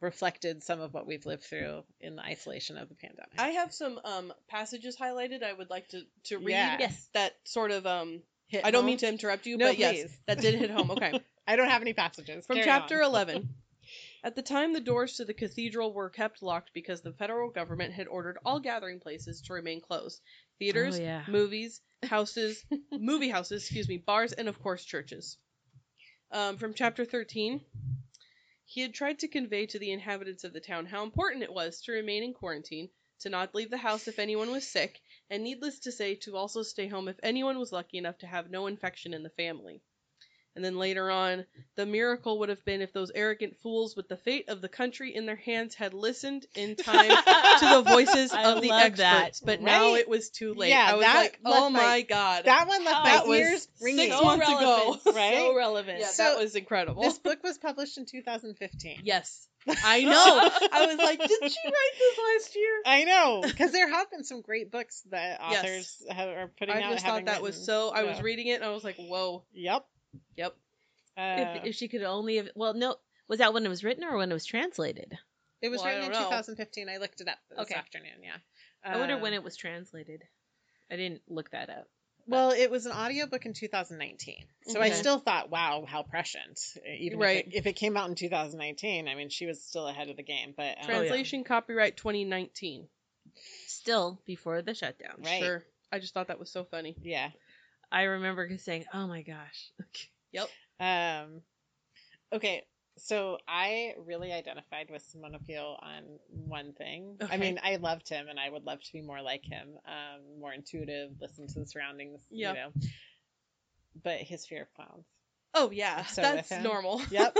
Speaker 3: reflected some of what we've lived through in the isolation of the pandemic.
Speaker 2: I have some um, passages highlighted I would like to, to read
Speaker 3: Yeah.
Speaker 1: Yes.
Speaker 2: that sort of um I don't mean to interrupt you,
Speaker 3: No,
Speaker 2: but yes,
Speaker 3: please.
Speaker 2: that did hit home. Okay.
Speaker 3: I don't have any passages
Speaker 2: From
Speaker 3: Carry on.
Speaker 2: chapter 11. At the time, the doors to the cathedral were kept locked because the federal government had ordered all gathering places to remain closed theaters,
Speaker 1: Oh, yeah.
Speaker 2: movies, houses, movie houses, excuse me, bars, and of course, churches. Um, from chapter 13. He had tried to convey to the inhabitants of the town how important it was to remain in quarantine, to not leave the house if anyone was sick, and needless to say, to also stay home if anyone was lucky enough to have no infection in the family. And then later on, the miracle would have been if those arrogant fools with the fate of the country in their hands had listened in time to the voices
Speaker 1: I
Speaker 2: of the
Speaker 1: love
Speaker 2: experts.
Speaker 1: that.
Speaker 2: But now
Speaker 3: Right?
Speaker 2: it was too late.
Speaker 3: Yeah,
Speaker 2: I was
Speaker 3: that
Speaker 2: like, oh
Speaker 3: left my-
Speaker 2: my, god.
Speaker 3: That one left
Speaker 2: That
Speaker 3: my
Speaker 2: was
Speaker 3: ears ringing.
Speaker 2: six months
Speaker 1: relevant,
Speaker 2: ago,
Speaker 3: right?
Speaker 1: So relevant.
Speaker 2: yeah,
Speaker 3: So-
Speaker 2: that was incredible.
Speaker 3: This book was published in 2015.
Speaker 2: yes. I know. I was like,
Speaker 3: did
Speaker 2: she write this last year?
Speaker 3: I know, because there have been some great books that
Speaker 2: Yes.
Speaker 3: authors have, are putting out.
Speaker 2: I just thought
Speaker 3: having
Speaker 2: that was
Speaker 3: written.
Speaker 2: so. I was
Speaker 3: Yeah. Oh,
Speaker 2: reading it and I was like, whoa.
Speaker 3: Yep.
Speaker 2: Yep.
Speaker 3: Uh,
Speaker 1: If, if she could only have, well, no, was that when it was written or when it was translated?
Speaker 3: it was
Speaker 2: well, I
Speaker 3: written in
Speaker 2: don't know.
Speaker 3: 2015. I looked it up this
Speaker 1: Okay.
Speaker 3: afternoon. Yeah.
Speaker 1: I wonder when
Speaker 3: Um,
Speaker 1: it was translated. I didn't look that up.
Speaker 3: Well, it was an audiobook in 2019. So I
Speaker 2: Okay.
Speaker 3: still thought, wow, how prescient. Even
Speaker 2: Right.
Speaker 3: if, it, if it came out in 2019, I mean, she was still ahead of the game. But um,
Speaker 1: Oh, yeah.
Speaker 2: Translation copyright 2019.
Speaker 1: Still before the shutdown.
Speaker 3: Right.
Speaker 2: Sure. I just thought that was so funny.
Speaker 3: yeah.
Speaker 1: I remember saying, "Oh my gosh."
Speaker 3: Um, okay, so I really identified with Simone Peel on one thing.
Speaker 2: Okay.
Speaker 3: I mean, I loved him, and I would love to be more like him, um, more intuitive, listen to the surroundings,
Speaker 2: Yeah.
Speaker 3: you know. But his fear of clowns.
Speaker 2: Oh yeah,
Speaker 3: So
Speaker 2: that's
Speaker 3: with him.
Speaker 2: normal.
Speaker 3: Yep.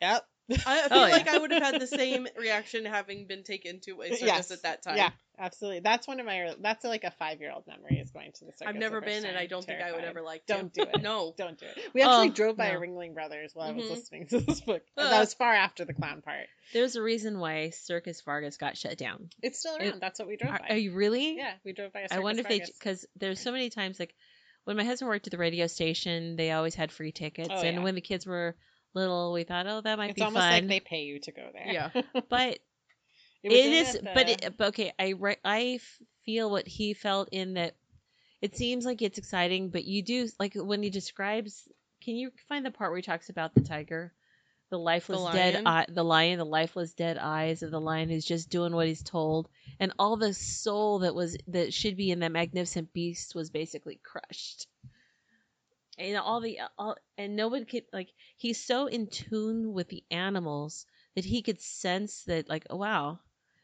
Speaker 3: yep.
Speaker 2: I I feel
Speaker 1: Oh, yeah.
Speaker 2: like I would have had the same reaction having been taken to a circus
Speaker 3: Yes.
Speaker 2: at that time.
Speaker 3: Yeah, absolutely. That's one of my. That's like a five-year-old memory is going to the circus.
Speaker 2: I've
Speaker 3: the
Speaker 2: never
Speaker 3: first
Speaker 2: been, and
Speaker 3: time,
Speaker 2: I don't think I would
Speaker 3: terrified.
Speaker 2: ever like.
Speaker 3: Don't do
Speaker 2: To.
Speaker 3: it.
Speaker 2: No.
Speaker 3: Don't do it. We actually
Speaker 1: Oh,
Speaker 3: drove by
Speaker 1: no. Mm-hmm.
Speaker 3: a Ringling Brothers while I
Speaker 2: Mhm.
Speaker 3: was listening to this book. And that was far after the clown part.
Speaker 1: There's a reason why Circus Vargas got shut down.
Speaker 3: It's still
Speaker 1: It-
Speaker 3: around. That's what we drove
Speaker 1: Are,
Speaker 3: by.
Speaker 1: are you really?
Speaker 3: Yeah, we drove by. A
Speaker 1: I
Speaker 3: Circus
Speaker 1: wonder if they
Speaker 3: Vargas.
Speaker 1: because there's so many times like when my husband worked at the radio station, they always had free tickets,
Speaker 3: Oh,
Speaker 1: and
Speaker 3: yeah.
Speaker 1: when the kids were little, we thought, "Oh, that might
Speaker 3: it's
Speaker 1: be
Speaker 3: almost like
Speaker 1: fun."
Speaker 3: they pay you to go there.
Speaker 2: Yeah.
Speaker 1: but
Speaker 3: It
Speaker 1: it
Speaker 3: was in
Speaker 1: is,
Speaker 3: at
Speaker 1: but
Speaker 3: the-
Speaker 1: it, but okay, I re- I f- feel what he felt in that. It seems like it's exciting, but you do like when he describes. Can you find the part where he talks about the tiger, the lifeless dead
Speaker 2: lion?
Speaker 1: eye, the lion, the lifeless dead eyes of the lion who's just doing what he's told, and all the soul that was that should be in that magnificent beast was basically crushed. And all the all and no one could like he's so in tune with the animals that he could sense that like oh, wow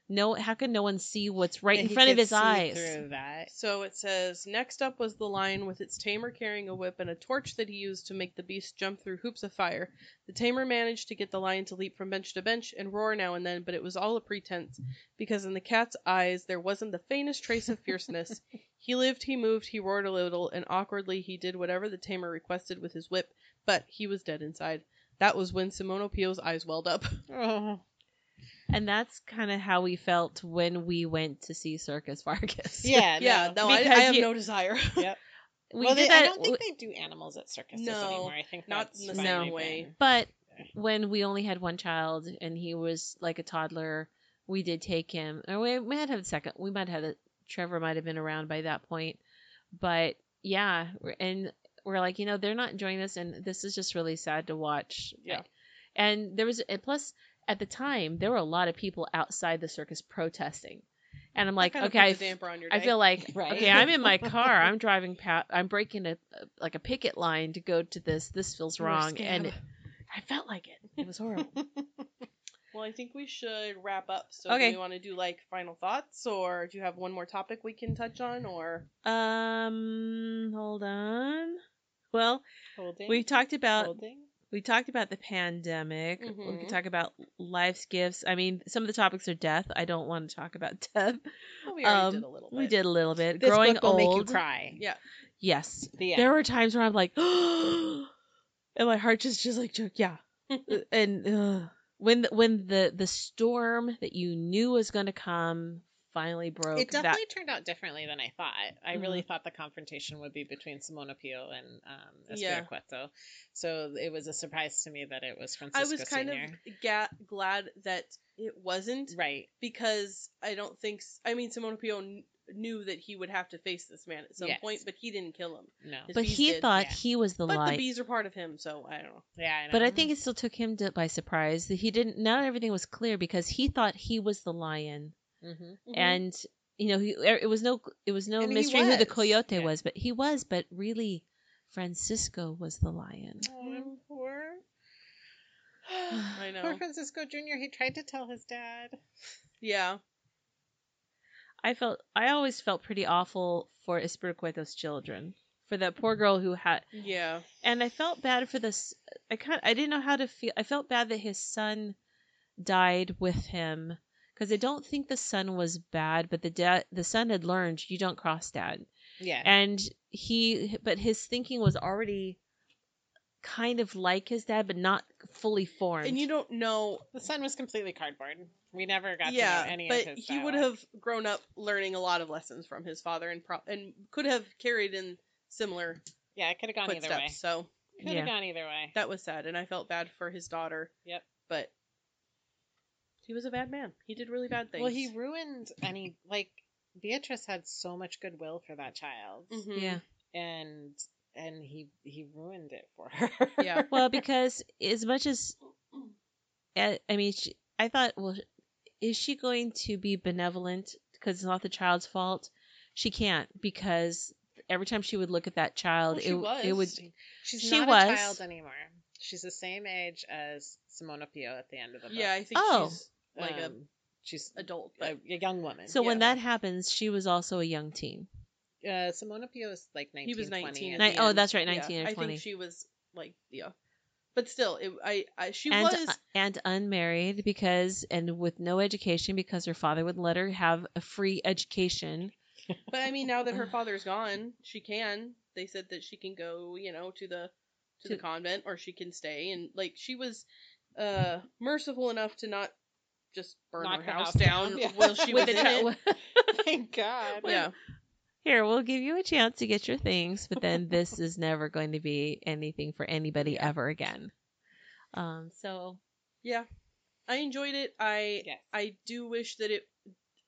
Speaker 1: no how can no one see what's right
Speaker 3: yeah,
Speaker 1: in
Speaker 3: he
Speaker 1: front of
Speaker 3: could
Speaker 1: his
Speaker 3: see
Speaker 1: eyes
Speaker 3: Through that.
Speaker 2: So it says next up was the lion with its tamer carrying a whip and a torch that he used to make the beast jump through hoops of fire. The tamer managed to get the lion to leap from bench to bench and roar now and then, but it was all a pretense because in the cat's eyes there wasn't the faintest trace of fierceness. he lived, he moved, he roared a little, and awkwardly he did whatever the tamer requested with his whip, but he was dead inside. That was when Simone Pio's eyes welled up.
Speaker 3: Oh,
Speaker 1: and that's kind of how we felt when we went to see circus vargas
Speaker 3: yeah,
Speaker 2: yeah, no, I, I
Speaker 1: Because
Speaker 2: have
Speaker 1: you-
Speaker 2: no desire.
Speaker 1: we
Speaker 3: well,
Speaker 1: did
Speaker 3: they,
Speaker 1: that
Speaker 3: I don't
Speaker 1: w-
Speaker 3: think they do animals at circuses
Speaker 2: No,
Speaker 3: anymore. I think
Speaker 2: not
Speaker 3: that's
Speaker 2: in the
Speaker 1: same
Speaker 3: finally
Speaker 2: way.
Speaker 3: been-
Speaker 1: but when we only had one child and he was like a toddler we did take him or we might have a second we might have a trevor might have been around by that point but yeah we're- and we're like you know they're not enjoying this and this is just really sad to watch
Speaker 2: Yeah.
Speaker 1: and there was and plus at the time there were a lot of people outside the circus protesting and i'm
Speaker 2: That
Speaker 1: like
Speaker 2: kinda
Speaker 1: okay
Speaker 2: puts
Speaker 1: I
Speaker 2: a
Speaker 1: f-
Speaker 2: damper on your
Speaker 1: I
Speaker 2: day.
Speaker 1: feel like
Speaker 3: Right.
Speaker 1: okay, I'm in my car. I'm driving past. I'm breaking a, a- like a picket line to go to this. This feels
Speaker 2: You were
Speaker 1: wrong,
Speaker 2: scammed.
Speaker 1: and I felt like it. It was horrible.
Speaker 2: Well, I think we should wrap up. So,
Speaker 1: Okay.
Speaker 2: do we want to do like final thoughts, or do you have one more topic we can touch on, or
Speaker 1: um, hold on. Well,
Speaker 3: Holding,
Speaker 1: we talked about
Speaker 3: holding.
Speaker 1: we talked about the pandemic. We
Speaker 3: Mm-hmm.
Speaker 2: Mhm.
Speaker 1: can talk about life's gifts. I mean, some of the topics are death. I don't want to talk about death.
Speaker 2: Well, we already
Speaker 1: Um,
Speaker 2: did a little bit.
Speaker 1: We did a little bit.
Speaker 3: This
Speaker 1: Growing
Speaker 3: book will
Speaker 1: old.
Speaker 3: make you cry.
Speaker 2: Yeah.
Speaker 1: Yes,
Speaker 3: The end.
Speaker 1: there were times where I'm like, and my heart just just like, ju- yeah. and uh, when the, when the the storm that you knew was going to come finally broke,
Speaker 3: It
Speaker 1: that
Speaker 3: definitely turned out differently than I thought. I really thought the confrontation would be between Simone Pio and um,
Speaker 2: Yeah.
Speaker 3: Espira Cueto. So it was a surprise to me that it was Francisco
Speaker 2: I was kind
Speaker 3: Senior.
Speaker 2: of ga- glad that it wasn't
Speaker 3: right.
Speaker 2: because I don't think. s- I mean, Simone Pio kn- knew that he would have to face this man at some
Speaker 3: Yes.
Speaker 2: point, but he didn't kill him.
Speaker 3: No.
Speaker 2: His
Speaker 1: but
Speaker 2: bees
Speaker 1: he
Speaker 2: did,
Speaker 1: thought
Speaker 3: yeah.
Speaker 1: he was the
Speaker 2: But
Speaker 1: light.
Speaker 2: the bees are part of him, so I don't know.
Speaker 3: Yeah. I
Speaker 1: but I
Speaker 3: know.
Speaker 1: think it still took him to, by surprise that he didn't. Not everything was clear because he thought he was the lion,
Speaker 3: Mhm.
Speaker 2: Mhm.
Speaker 1: and you know, he, er, it was no it was no
Speaker 3: And he
Speaker 1: mystery who the
Speaker 3: was.
Speaker 1: coyote
Speaker 3: Yeah.
Speaker 1: was, but he was. But really, Francisco was the lion.
Speaker 3: Oh, I'm poor.
Speaker 2: Mm-hmm. I
Speaker 3: Poor
Speaker 2: know.
Speaker 3: Francisco Jr. He tried to tell his dad.
Speaker 2: Yeah.
Speaker 1: I felt I always felt pretty awful for Espiricueta's children, for that poor girl who had,
Speaker 2: Yeah.
Speaker 1: and I felt bad for this. I kind I didn't know how to feel. I felt bad that his son died with him because I don't think the son was bad, but the dad the son had learned you don't cross dad,
Speaker 3: Yeah.
Speaker 1: and he but his thinking was already kind of like his dad, but not fully formed.
Speaker 2: And you don't know.
Speaker 3: the son was completely cardboard. We never got to know
Speaker 2: Yeah,
Speaker 3: any
Speaker 2: but
Speaker 3: of his
Speaker 2: he would
Speaker 3: dialogue.
Speaker 2: have grown up learning a lot of lessons from his father and pro- and could have carried in similar
Speaker 3: Yeah, it could have gone either way.
Speaker 2: footsteps. So
Speaker 3: Could have
Speaker 1: Yeah.
Speaker 3: gone either way.
Speaker 2: that was sad, and I felt bad for his daughter.
Speaker 3: Yep.
Speaker 2: But he was a bad man. He did really bad things.
Speaker 3: Well, he ruined and he like Beatrice had so much goodwill for that child,
Speaker 2: Mhm.
Speaker 1: yeah.
Speaker 3: and and he he ruined it for her.
Speaker 2: Yeah.
Speaker 1: well because as much as i I mean she, i thought well is she going to be benevolent because it's not the child's fault she can't because every time she would look at that child
Speaker 2: Well, she
Speaker 1: it, it would
Speaker 2: was.
Speaker 3: She's
Speaker 1: She
Speaker 3: not a
Speaker 1: was.
Speaker 3: child anymore. She's the same age as Simona Pio at the end of the book.
Speaker 2: Yeah, I think
Speaker 1: Oh.
Speaker 2: she's like a
Speaker 3: Um, she's a,
Speaker 2: adult,
Speaker 3: a,
Speaker 2: but
Speaker 3: a young woman.
Speaker 1: so when
Speaker 2: yeah.
Speaker 1: that happens she was also a young teen
Speaker 3: uh, Simona Pio is like nineteen.
Speaker 2: he was
Speaker 3: 20
Speaker 2: nineteen.
Speaker 3: at
Speaker 1: Ni-
Speaker 2: at
Speaker 3: the
Speaker 2: the
Speaker 1: oh,
Speaker 2: end.
Speaker 1: that's right,
Speaker 2: Yeah,
Speaker 1: 19 or
Speaker 2: I
Speaker 1: 20.
Speaker 2: think she was like yeah, but still, it, I, I she
Speaker 1: and uh,
Speaker 2: was
Speaker 1: and unmarried because and with no education because her father would let her have a free education
Speaker 2: But I mean, now that her father's gone, she can. They said that she can go, you know, to the to, the
Speaker 1: To-
Speaker 2: convent, or she can stay. And like, she was uh merciful enough to not just burn
Speaker 3: Knock
Speaker 2: her
Speaker 3: the
Speaker 2: house,
Speaker 3: house
Speaker 2: down,
Speaker 3: down, yeah.
Speaker 2: while she was
Speaker 1: With a
Speaker 2: in
Speaker 1: chi-
Speaker 2: it.
Speaker 3: Thank God.
Speaker 2: Yeah,
Speaker 1: here we'll give you a chance to get your things but then this is never going to be anything for anybody
Speaker 2: Yeah.
Speaker 1: ever again um so
Speaker 2: yeah. I enjoyed it. I
Speaker 3: Yes.
Speaker 2: I do wish that it.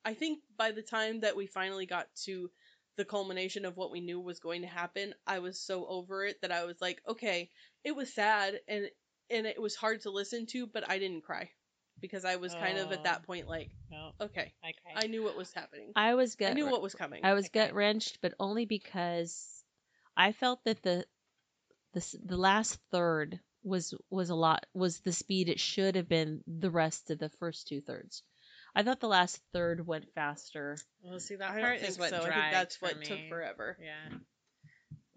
Speaker 2: I think by the time that we finally got to the culmination of what we knew was going to happen, I was so over it that I was like, okay, it was sad and and it was hard to listen to, but I didn't cry because I was kind of
Speaker 3: Oh.
Speaker 2: at that point like,
Speaker 3: No,
Speaker 2: okay,
Speaker 3: I
Speaker 2: I
Speaker 3: cried.
Speaker 2: knew what was happening. I,
Speaker 1: i was gut
Speaker 2: knew what was coming.
Speaker 1: i was
Speaker 3: Okay.
Speaker 1: gut wrenched but only because i felt that the the, s- the last third was was a lot was the speed it should have been the rest of the first two thirds i thought the last third went faster
Speaker 3: well, see,
Speaker 2: I
Speaker 3: that
Speaker 2: don't
Speaker 3: part
Speaker 2: think
Speaker 3: is what
Speaker 2: so. I think
Speaker 3: dragged
Speaker 2: that's
Speaker 3: for
Speaker 2: what took
Speaker 3: me.
Speaker 2: forever.
Speaker 3: Yeah.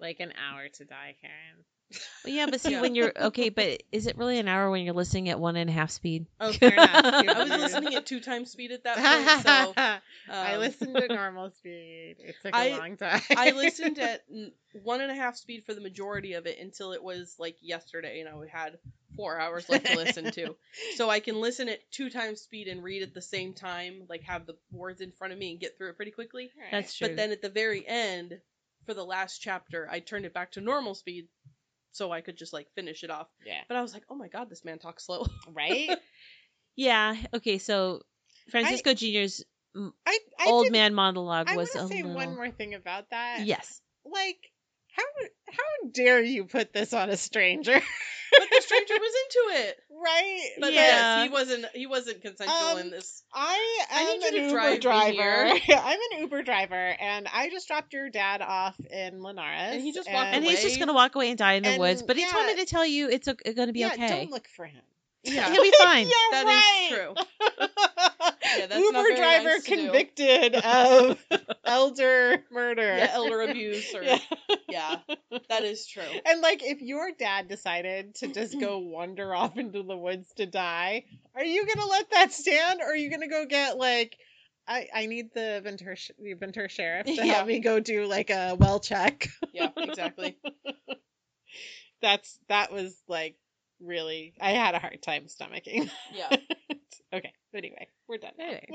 Speaker 3: Like an hour to die, Karen.
Speaker 1: well, yeah but see
Speaker 2: Yeah.
Speaker 1: when you're okay but is it really an hour when you're listening at one and a half speed
Speaker 3: Oh, fair enough.
Speaker 2: I was
Speaker 3: Mhm.
Speaker 2: listening at two times speed at that point, so
Speaker 3: I
Speaker 2: um,
Speaker 3: listened at normal speed. It took a
Speaker 2: I-
Speaker 3: long time.
Speaker 2: I listened at n- one and a half speed for the majority of it until it was like yesterday, and I had four hours left to listen to. So I can listen at two times speed and read at the same time, like have the words in front of me and get through it pretty quickly.
Speaker 3: All right.
Speaker 1: that's true
Speaker 2: But then at the very end, for the last chapter, I turned it back to normal speed so I could just like finish it off.
Speaker 3: yeah,
Speaker 2: But I was like, oh my god, this man talks slow.
Speaker 3: right.
Speaker 1: Yeah. Okay. So Francisco Jr.'s
Speaker 3: I, I
Speaker 1: old
Speaker 3: did-
Speaker 1: man monologue
Speaker 3: I
Speaker 1: was a
Speaker 3: want to say
Speaker 1: little.
Speaker 3: one more thing about that.
Speaker 1: Yes.
Speaker 3: like how how dare you put this on a stranger,
Speaker 2: but the stranger was into it.
Speaker 3: right?
Speaker 2: But
Speaker 1: Yeah.
Speaker 2: yes, he wasn't he wasn't consensual
Speaker 3: Um,
Speaker 2: in this.
Speaker 3: I
Speaker 2: I
Speaker 3: am
Speaker 2: need you to
Speaker 3: an Uber
Speaker 2: drive me
Speaker 3: driver. I'm an Uber driver, and I just dropped your dad off in Linares,
Speaker 2: And he just walked
Speaker 1: And he's just
Speaker 2: away.
Speaker 1: gonna walk away and die in the woods.
Speaker 3: And,
Speaker 1: But he told me
Speaker 3: yeah.
Speaker 1: to tell you it's o- gonna be
Speaker 3: yeah,
Speaker 1: okay.
Speaker 3: don't look for him.
Speaker 2: Yeah.
Speaker 1: He'll be fine.
Speaker 3: You're
Speaker 2: that is
Speaker 3: right.
Speaker 2: true.
Speaker 3: yeah,
Speaker 2: that's
Speaker 3: Uber
Speaker 2: not very
Speaker 3: driver
Speaker 2: nice to do.
Speaker 3: convicted of elder murder.
Speaker 2: Yeah, elder abuse or
Speaker 3: Yeah.
Speaker 2: yeah, that is true.
Speaker 3: And like, if your dad decided to just go wander off into the woods to die, are you gonna let that stand, or are you gonna go get like? I, I need the Ventura, sh- the Ventura sheriff to
Speaker 2: Yeah.
Speaker 3: help me go do like a well check.
Speaker 2: Yeah, exactly.
Speaker 3: That's that was like really I had a hard time stomaching.
Speaker 2: Yeah.
Speaker 3: okay, but anyway, we're done. now.
Speaker 1: Anyway.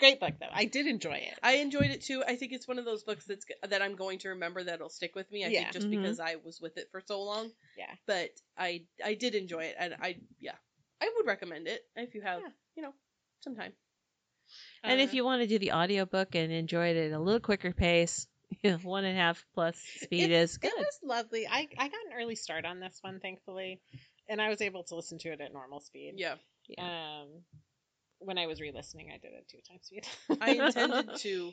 Speaker 3: Great book though. I did enjoy it.
Speaker 2: I enjoyed it too. I think it's one of those books that's that I'm going to remember that'll stick with me. I
Speaker 3: Yeah.
Speaker 2: think just
Speaker 1: Mhm.
Speaker 2: because I was with it for so long.
Speaker 3: Yeah.
Speaker 2: But I I did enjoy it and I yeah. I would recommend it if you have,
Speaker 3: Yeah.
Speaker 2: you know, some time.
Speaker 1: and if
Speaker 3: Uh,
Speaker 1: you want to do the audiobook and enjoy it at a little quicker pace, one and a half plus speed
Speaker 3: It's-
Speaker 1: is good.
Speaker 3: It was lovely. I, I got an early start on this one, thankfully, and I was able to listen to it at normal speed.
Speaker 2: Yeah.
Speaker 3: Um, when I was re-listening, I did it two times speed.
Speaker 2: I intended to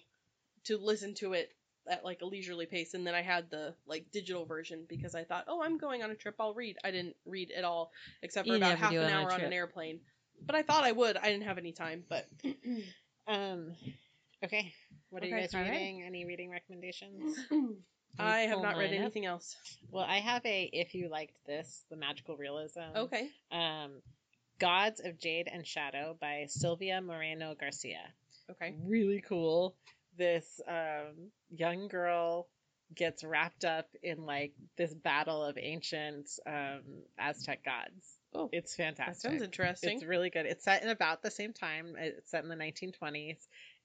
Speaker 2: to listen to it at like a leisurely pace and then I had the like digital version because I thought, "Oh, I'm going on a trip, I'll read." I didn't read at all except for
Speaker 1: You
Speaker 2: about
Speaker 1: never
Speaker 2: half
Speaker 1: do
Speaker 2: an
Speaker 1: it on a
Speaker 2: hour on an
Speaker 1: trip.
Speaker 2: airplane. But I thought I would. I didn't have any time, but
Speaker 3: Um, okay. What are you
Speaker 1: Okay,
Speaker 3: guys
Speaker 1: all right.
Speaker 3: reading? Any reading recommendations?
Speaker 2: I have
Speaker 1: pull
Speaker 2: not read
Speaker 1: mine up?
Speaker 2: anything else.
Speaker 3: Well, I have a if you liked this, the magical realism.
Speaker 2: Okay.
Speaker 3: Um, Gods of Jade and Shadow by Sylvia Moreno Garcia.
Speaker 2: Okay.
Speaker 3: Really cool. This um, young girl gets wrapped up in like this battle of ancient um, Aztec gods.
Speaker 2: Oh,
Speaker 3: It's fantastic.
Speaker 2: that sounds interesting.
Speaker 3: It's really good. It's set in about the same time. It's set in the 1920s,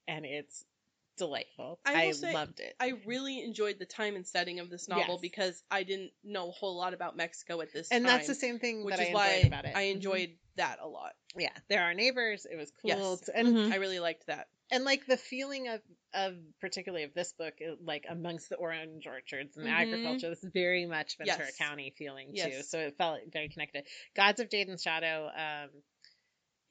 Speaker 3: and it's delightful.
Speaker 2: I
Speaker 3: I,
Speaker 2: will say-
Speaker 3: loved it.
Speaker 2: I really enjoyed the time and setting of this novel
Speaker 3: Yes.
Speaker 2: because I didn't know a whole lot about Mexico at this
Speaker 3: and
Speaker 2: time.
Speaker 3: that's the same thing
Speaker 2: which
Speaker 3: that
Speaker 2: is
Speaker 3: I
Speaker 2: why
Speaker 3: enjoyed about it.
Speaker 2: I
Speaker 3: Mhm.
Speaker 2: enjoyed that a lot.
Speaker 3: Yeah, they're our neighbors. It was cool.
Speaker 2: Yes. Mm-hmm.
Speaker 3: It's- And
Speaker 1: Mhm.
Speaker 2: I really liked that.
Speaker 3: and like the feeling of of particularly of this book, it- like amongst the orange orchards and the
Speaker 2: Mhm.
Speaker 3: agriculture, this is very much Ventura
Speaker 2: Yes.
Speaker 3: County feeling too.
Speaker 2: Yes.
Speaker 3: So it felt very connected. Gods of Jade and Shadow. Um,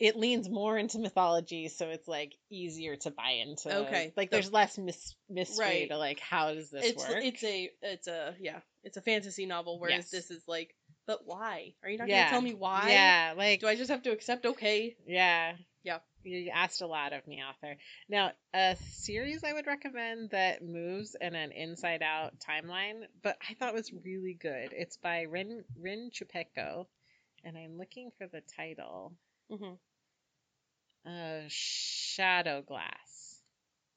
Speaker 3: it leans more into mythology, so it's like easier to buy into.
Speaker 2: Okay.
Speaker 3: like
Speaker 2: The-
Speaker 3: there's less mis- mystery
Speaker 2: Right.
Speaker 3: to like how does this
Speaker 2: it's
Speaker 3: work?
Speaker 2: it's a it's a yeah it's a fantasy novel whereas
Speaker 3: Yes.
Speaker 2: this is like but why are you not
Speaker 3: Yeah.
Speaker 2: gonna tell me why
Speaker 3: yeah, like
Speaker 2: do i just have to accept okay
Speaker 3: Yeah.
Speaker 2: Yeah.
Speaker 3: You asked a lot of me, author. Now, a series I would recommend that moves in an inside out timeline, but I thought was really good. It's by Rin, Rin Chupeco, and I'm looking for the title uh, Shadow Glass.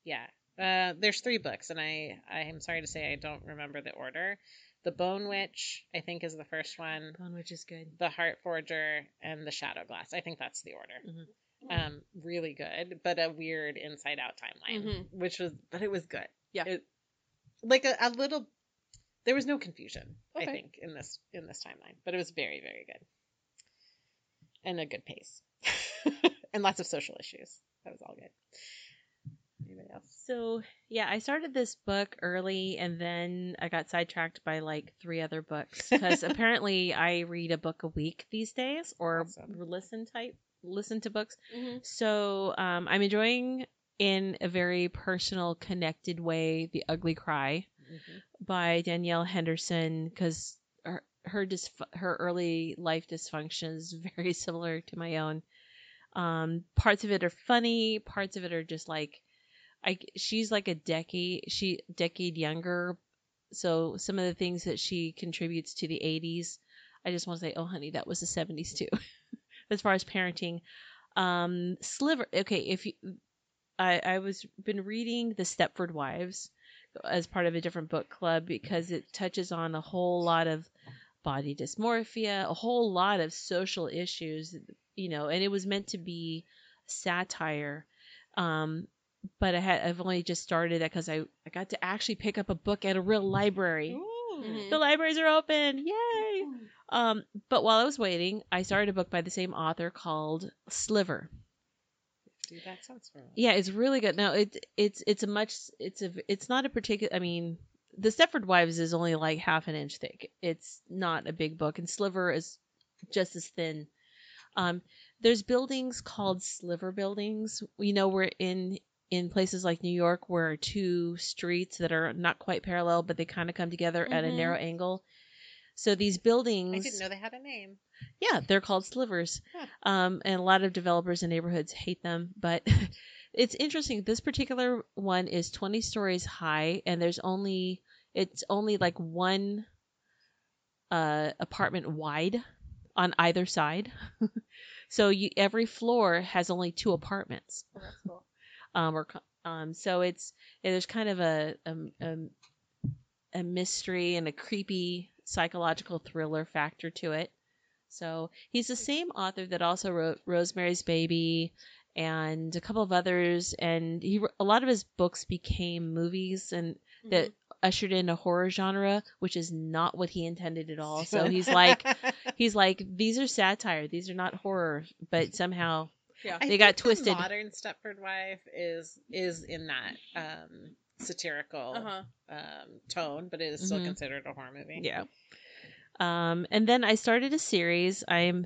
Speaker 3: Yeah. Uh, there's three books, and I, I am sorry to say I don't remember the order. The Bone Witch, I think, is the first one.
Speaker 1: Bone Witch is good.
Speaker 3: The Heart Forger and the Shadow Glass. I think that's the order um really good but a weird inside out timeline
Speaker 2: Mhm.
Speaker 3: which was but it was good
Speaker 2: Yeah.
Speaker 3: It- like a, a little there was no confusion i
Speaker 2: Okay.
Speaker 3: think in this in this timeline but it was very very good and a good pace and lots of social issues that was all good anybody else
Speaker 1: So yeah, I started this book early, and then I got sidetracked by like three other books because apparently I read a book a week these days, or
Speaker 3: Awesome.
Speaker 1: listen type listen to books.
Speaker 3: Mm-hmm.
Speaker 2: hmm
Speaker 1: So um, I'm enjoying in a very personal, connected way, "The Ugly Cry" by Danielle Henderson because her her, dysf- her early life dysfunction is very similar to my own. Um, parts of it are funny, parts of it are just like, I she's like a decade she decade younger, so some of the things that she contributes to the '80s, I just want to say, oh honey, that was the '70s too, as far as parenting. Um, sliver. Okay, if you, I I was been reading the Stepford Wives as part of a different book club because it touches on a whole lot of body dysmorphia, a whole lot of social issues, you know, and it was meant to be satire. Um, but I had I've only just started that because I, I got to actually pick up a book at a real library.
Speaker 2: Hmm.
Speaker 3: Ooh.
Speaker 1: The libraries are open. Yay!
Speaker 3: Mm-hmm.
Speaker 1: Um, but while I was waiting, I started a book by the same author called Sliver.
Speaker 3: Dude, that sounds familiar.
Speaker 1: Yeah, it's really good. No, it it's it's a much it's a it's not a particular. I mean, the Stepford Wives is only like half an inch thick. It's not a big book, and Sliver is just as thin. Um, there's buildings called Sliver buildings. You know, we're in in places like New York where two streets that are not quite parallel, but they kind of come together at a
Speaker 2: Mhm.
Speaker 1: narrow angle. So these buildings.
Speaker 3: Mm-hmm. i didn't know they had a name
Speaker 1: Yeah, they're called slivers.
Speaker 3: Huh.
Speaker 1: Um, and a lot of developers and neighborhoods hate them. But it's interesting. This particular one is 20 stories high, and there's only it's only like one uh, apartment wide on either side. so you, every floor has only two apartments.
Speaker 3: Oh, that's cool
Speaker 1: Um, or co- um, so it's yeah, there's kind of a, a a a mystery and a creepy psychological thriller factor to it. So he's the same author that also wrote Rosemary's Baby and a couple of others, and he wr- a lot of his books became movies and
Speaker 3: Hmm.
Speaker 1: that ushered in a horror genre, which is not what he intended at all. So he's like, he's like, these are satire, these are not horror, but somehow
Speaker 2: yeah
Speaker 3: I
Speaker 1: They got
Speaker 3: think the
Speaker 1: twisted.
Speaker 3: modern Stepford Wife is is in that um, satirical
Speaker 2: uh-huh
Speaker 3: um, tone, but it is still
Speaker 1: Mhm.
Speaker 3: considered a horror movie.
Speaker 1: Yeah. Um, and then I started a series. I'm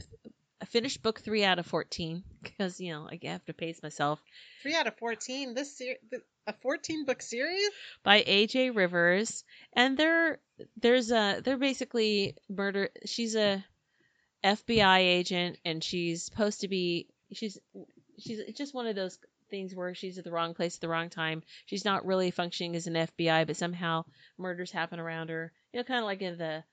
Speaker 1: I finished book three out of 14 because, you know, I have to pace myself.
Speaker 3: Three out of fourteen. This ser- th- a fourteen book series.
Speaker 1: by AJ Rivers, and they're there's a they're basically murder. She's a FBI agent, and she's supposed to be she's she's it's just one of those things where she's at the wrong place at the wrong time. She's not really functioning as an FBI, but somehow murders happen around her. You know, kind of like in the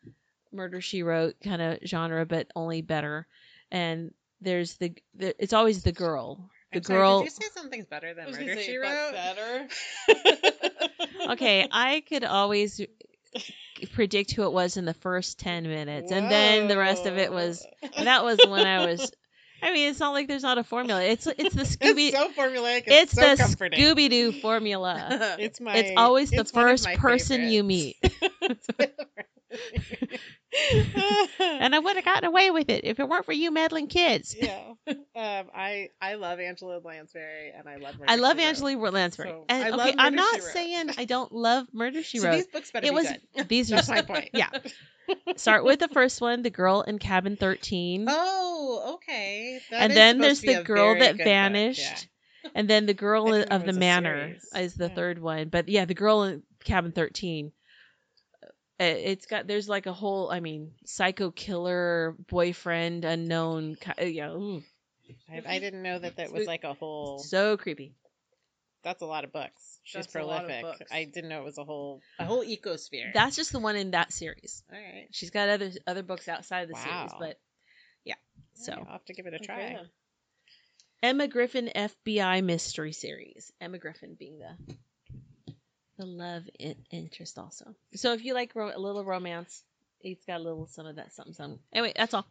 Speaker 1: murder she wrote kind of genre, but only better. And there's the, the it's always the girl. The
Speaker 3: I'm sorry,
Speaker 1: girl.
Speaker 3: did you say something's better than
Speaker 2: I was gonna
Speaker 3: Murder
Speaker 2: say,
Speaker 3: She
Speaker 2: but
Speaker 3: Wrote?
Speaker 2: Better.
Speaker 1: okay, I could always predict who it was in the first 10 minutes, and then the rest of it was and that was when I was I mean, it's not like there's not a formula. It's it's the Scooby
Speaker 3: It's so formulaic.
Speaker 1: it's
Speaker 3: It's, so
Speaker 1: the
Speaker 3: comforting.
Speaker 1: Scooby Doo formula.
Speaker 3: It's my.
Speaker 1: It's always the
Speaker 3: it's one of
Speaker 1: first
Speaker 3: my
Speaker 1: person you meet.
Speaker 3: favorites.
Speaker 1: And I would have gotten away with it if it weren't for you meddling kids.
Speaker 3: yeah, um, I I love Angela Lansbury and I love. Murder,
Speaker 1: I love
Speaker 3: She Wrote.
Speaker 1: Angela Lansbury.
Speaker 3: So,
Speaker 1: and
Speaker 3: I love
Speaker 1: okay, I'm
Speaker 3: Murder,
Speaker 1: not
Speaker 3: She Wrote.
Speaker 1: saying I don't love Murder She
Speaker 3: so
Speaker 1: Wrote.
Speaker 3: These books better
Speaker 1: It
Speaker 3: be
Speaker 1: was
Speaker 3: good.
Speaker 1: these are
Speaker 3: That's my point.
Speaker 1: yeah. Start with the first one, the girl in cabin 13.
Speaker 3: Oh, okay. That
Speaker 1: and
Speaker 3: is
Speaker 1: then
Speaker 3: supposed
Speaker 1: there's
Speaker 3: to be
Speaker 1: the
Speaker 3: a
Speaker 1: girl
Speaker 3: very
Speaker 1: that
Speaker 3: good book,
Speaker 1: vanished
Speaker 3: yeah.
Speaker 1: and then the girl
Speaker 3: I
Speaker 1: i-
Speaker 3: didn't know
Speaker 1: of
Speaker 3: it
Speaker 1: the
Speaker 3: was a
Speaker 1: manor
Speaker 3: series.
Speaker 1: is the
Speaker 3: Yeah.
Speaker 1: third one but yeah the girl in cabin 13 Uh, it's got there's like a whole i mean psycho killer boyfriend unknown ki- uh, yeah ooh,
Speaker 3: I, I didn't know that that was like a whole.
Speaker 1: so creepy
Speaker 3: That's a lot of books. She's
Speaker 2: That's a lot of
Speaker 3: prolific.
Speaker 2: books.
Speaker 3: I didn't know it was a whole a whole ecosphere.
Speaker 1: that's just the one in that series
Speaker 3: all right.
Speaker 1: she's got other other books outside of the series
Speaker 3: Wow.
Speaker 1: but yeah so
Speaker 3: I'll have to give it a
Speaker 2: Okay,
Speaker 3: try.
Speaker 2: then.
Speaker 1: Emma Griffin FBI mystery series. Emma Griffin being the the love in- interest also. So if you like ro- a little romance, it's got a little some of that something something. Anyway, that's all.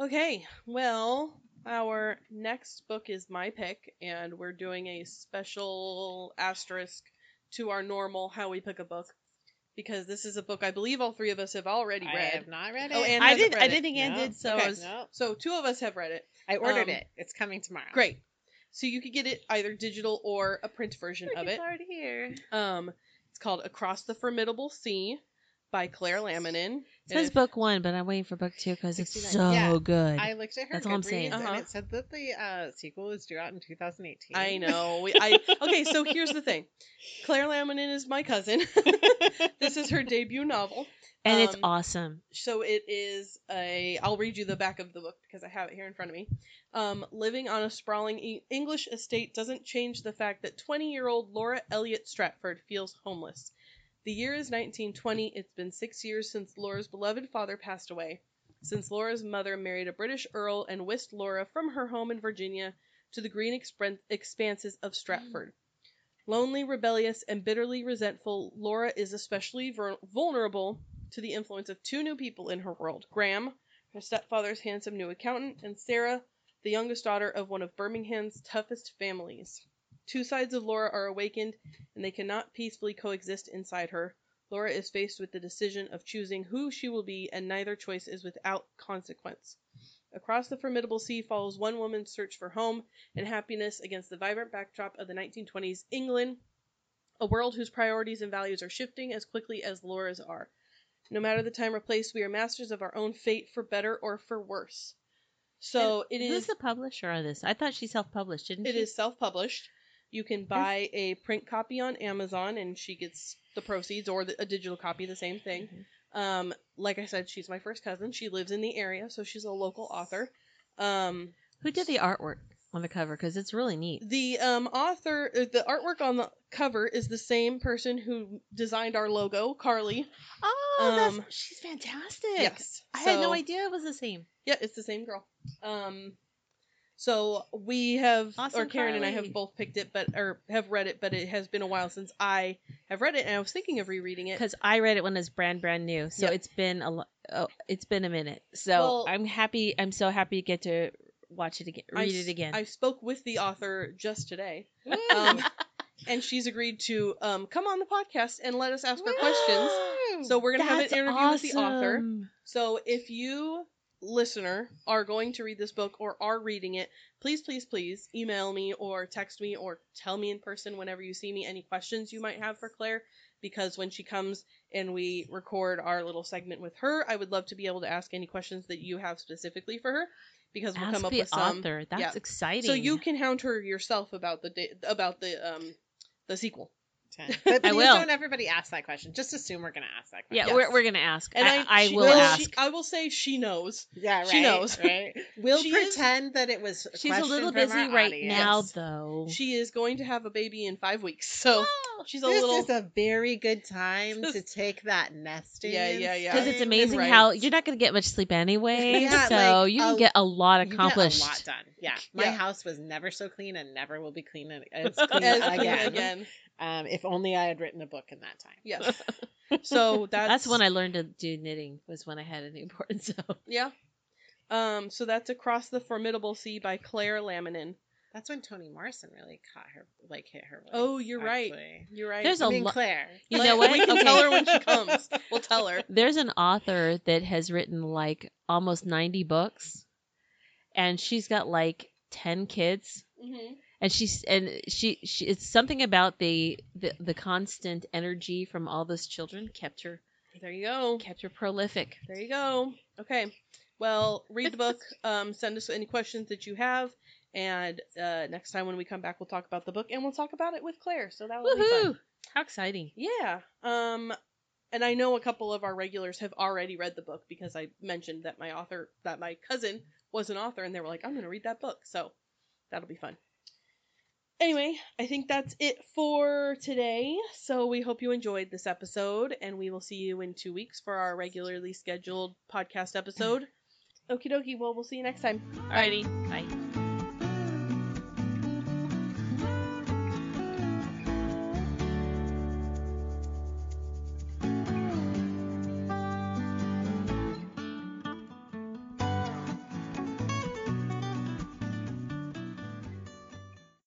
Speaker 2: Okay, well, our next book is my pick, and we're doing a special asterisk to our normal how we pick a book because this is a book I believe all three of us have already
Speaker 3: I
Speaker 2: read.
Speaker 3: have not read it.
Speaker 2: Oh, Anne
Speaker 1: I
Speaker 2: hasn't
Speaker 1: did.
Speaker 2: read
Speaker 1: I
Speaker 2: it.
Speaker 1: didn't think Anne
Speaker 3: No.
Speaker 1: did. So
Speaker 2: Okay.
Speaker 1: I was,
Speaker 3: No,
Speaker 2: So two of us have read it.
Speaker 3: I ordered
Speaker 2: Um,
Speaker 3: it. It's coming tomorrow.
Speaker 2: Great. So you could get it either digital or a print version of it.
Speaker 3: already here.
Speaker 2: Um, it's called Across the Formidable Sea by Claire Laminin.
Speaker 1: it says
Speaker 2: If-
Speaker 1: book one, but I'm waiting for book two because it's
Speaker 3: 69.
Speaker 1: so
Speaker 3: Yeah,
Speaker 1: good.
Speaker 3: I looked at her
Speaker 1: That's
Speaker 3: Goodreads
Speaker 1: all I'm saying.
Speaker 3: and
Speaker 2: Uh-huh.
Speaker 3: it said that the uh, sequel is due out in 2018.
Speaker 2: I know. We, I okay. So here's the thing. Claire Laminin is my cousin. this is her debut novel.
Speaker 1: and it's
Speaker 2: um,
Speaker 1: awesome.
Speaker 2: So it is a. I'll read you the back of the book because I have it here in front of me. Um, living on a sprawling e- English estate doesn't change the fact that 20 year old Laura Elliott Stratford feels homeless. The year is 1920. It's been six years since Laura's beloved father passed away, since Laura's mother married a British earl and whisked Laura from her home in Virginia to the green expren- expanses of Stratford. Lonely, rebellious, and bitterly resentful, Laura is especially ver- vulnerable to the influence of two new people in her world Graham, her stepfather's handsome new accountant, and Sarah, the youngest daughter of one of Birmingham's toughest families. Two sides of Laura are awakened, and they cannot peacefully coexist inside her. Laura is faced with the decision of choosing who she will be, and neither choice is without consequence. Across the formidable sea follows one woman's search for home and happiness against the vibrant backdrop of the 1920s England, a world whose priorities and values are shifting as quickly as Laura's are. No matter the time or place, we are masters of our own fate, for better or for worse. So it
Speaker 1: Who's
Speaker 2: is.
Speaker 1: the publisher on this? I thought she self-published, didn't
Speaker 2: It
Speaker 1: she?
Speaker 2: is self published. You can buy a print copy on Amazon and she gets the proceeds or the, a digital copy, the same thing.
Speaker 1: Mhm.
Speaker 2: Um, like I said, she's my first cousin. She lives in the area, so she's a local author. Um,
Speaker 1: Who did the artwork on the cover? Because it's really neat.
Speaker 2: the um, author, uh, the artwork on the cover is the same person who designed our logo, Carly.
Speaker 1: Oh,
Speaker 2: Um,
Speaker 1: that's, she's fantastic.
Speaker 2: Yes.
Speaker 1: I had
Speaker 2: So-
Speaker 1: no idea it was the same.
Speaker 2: Yeah, it's the same girl. Um, so we have, or
Speaker 1: Awesome,
Speaker 2: Karen and I
Speaker 1: Carly.
Speaker 2: have both picked it, but or have read it, but it has been a while since I have read it, and I was thinking of rereading it.
Speaker 1: because I read it when it was brand brand new, so
Speaker 2: Yep.
Speaker 1: it's been a lo- oh, it's been a minute. So
Speaker 2: Well-
Speaker 1: I'm happy. I'm so happy to get to watch it again,
Speaker 2: I
Speaker 1: read
Speaker 2: s-
Speaker 1: it again.
Speaker 2: I spoke with the author just today,
Speaker 3: Ooh.
Speaker 2: um, and she's agreed to um, come on the podcast and let us ask her questions. So we're gonna have
Speaker 1: That's
Speaker 2: an interview with the author.
Speaker 1: awesome.
Speaker 2: So if you listener are going to read this book or are reading it, please, please, please email me or text me or tell me in person whenever you see me any questions you might have for Claire. Because when she comes and we record our little segment with her, I would love to be able to ask any questions that you have specifically for her. because we'll
Speaker 1: Ask
Speaker 2: come up
Speaker 1: the
Speaker 2: with some.
Speaker 1: author. That's
Speaker 2: yeah.
Speaker 1: exciting.
Speaker 2: So you can hound her yourself about the da- about the um the sequel.
Speaker 3: Ten. But
Speaker 1: I
Speaker 3: please
Speaker 1: will.
Speaker 3: don't everybody ask that question. Just assume we're gonna ask that
Speaker 1: Yeah,
Speaker 3: question.
Speaker 1: we're, we're gonna ask.
Speaker 2: And
Speaker 1: I,
Speaker 2: I,
Speaker 1: I
Speaker 2: she-
Speaker 1: will
Speaker 2: well,
Speaker 1: ask.
Speaker 2: She, I will say she knows.
Speaker 3: Yeah, right.
Speaker 2: She knows.
Speaker 3: Right. We'll
Speaker 2: She is-
Speaker 3: pretend that it was.
Speaker 1: She's a little busy right now, though.
Speaker 2: She is going to have a baby in five weeks, so she's a
Speaker 3: this
Speaker 2: little.
Speaker 3: is a very good time to
Speaker 2: Just-
Speaker 3: take that nesting.
Speaker 2: Yeah, yeah, yeah.
Speaker 1: because it's
Speaker 3: time.
Speaker 1: amazing
Speaker 2: right.
Speaker 1: how you're not going to get much sleep anyway,
Speaker 3: Yeah,
Speaker 1: so
Speaker 3: like,
Speaker 1: you can
Speaker 3: a-
Speaker 1: get a lot
Speaker 3: You get
Speaker 1: accomplished.
Speaker 3: a lot done. Yeah, my
Speaker 2: Yeah.
Speaker 3: house was never so clean and never will be clean and- as clean
Speaker 2: As
Speaker 3: again.
Speaker 2: again.
Speaker 3: Um, if only I had written a book in that time.
Speaker 2: Yes. So that's
Speaker 1: That's when I learned to do knitting. Was when I had a newborn. So
Speaker 2: Yeah. Um. So that's across the formidable sea by Claire Laminin.
Speaker 3: That's when Toni Morrison really caught her, like hit her. Voice,
Speaker 2: Oh, you're right.
Speaker 3: actually.
Speaker 2: You're right.
Speaker 1: There's
Speaker 3: I
Speaker 1: a
Speaker 3: mean,
Speaker 1: lo-
Speaker 3: Claire.
Speaker 1: you
Speaker 2: Like,
Speaker 1: know what?
Speaker 2: We can
Speaker 1: Okay.
Speaker 2: tell her when she comes. We'll tell her.
Speaker 1: There's an author that has written like almost 90 books, and she's got like 10 kids.
Speaker 2: Mm-hmm.
Speaker 1: and she's and she, she it's something about the, the the constant energy from all those children kept her
Speaker 2: There you go.
Speaker 1: kept her prolific
Speaker 2: There you go. Okay. Well, read the book. Um, send us any questions that you have, and uh, next time when we come back, we'll talk about the book and we'll talk about it with Claire. So that will be fun.
Speaker 1: Woohoo! how exciting
Speaker 2: Yeah. Um, and I know a couple of our regulars have already read the book because I mentioned that my author, that my cousin was an author, and they were like, "I'm going to read that book." So that'll be fun. Anyway, I think that's it for today. So we hope you enjoyed this episode, and we will see you in two weeks for our regularly scheduled podcast episode. Okie dokie. Well, we'll see you next time.
Speaker 1: alrighty bye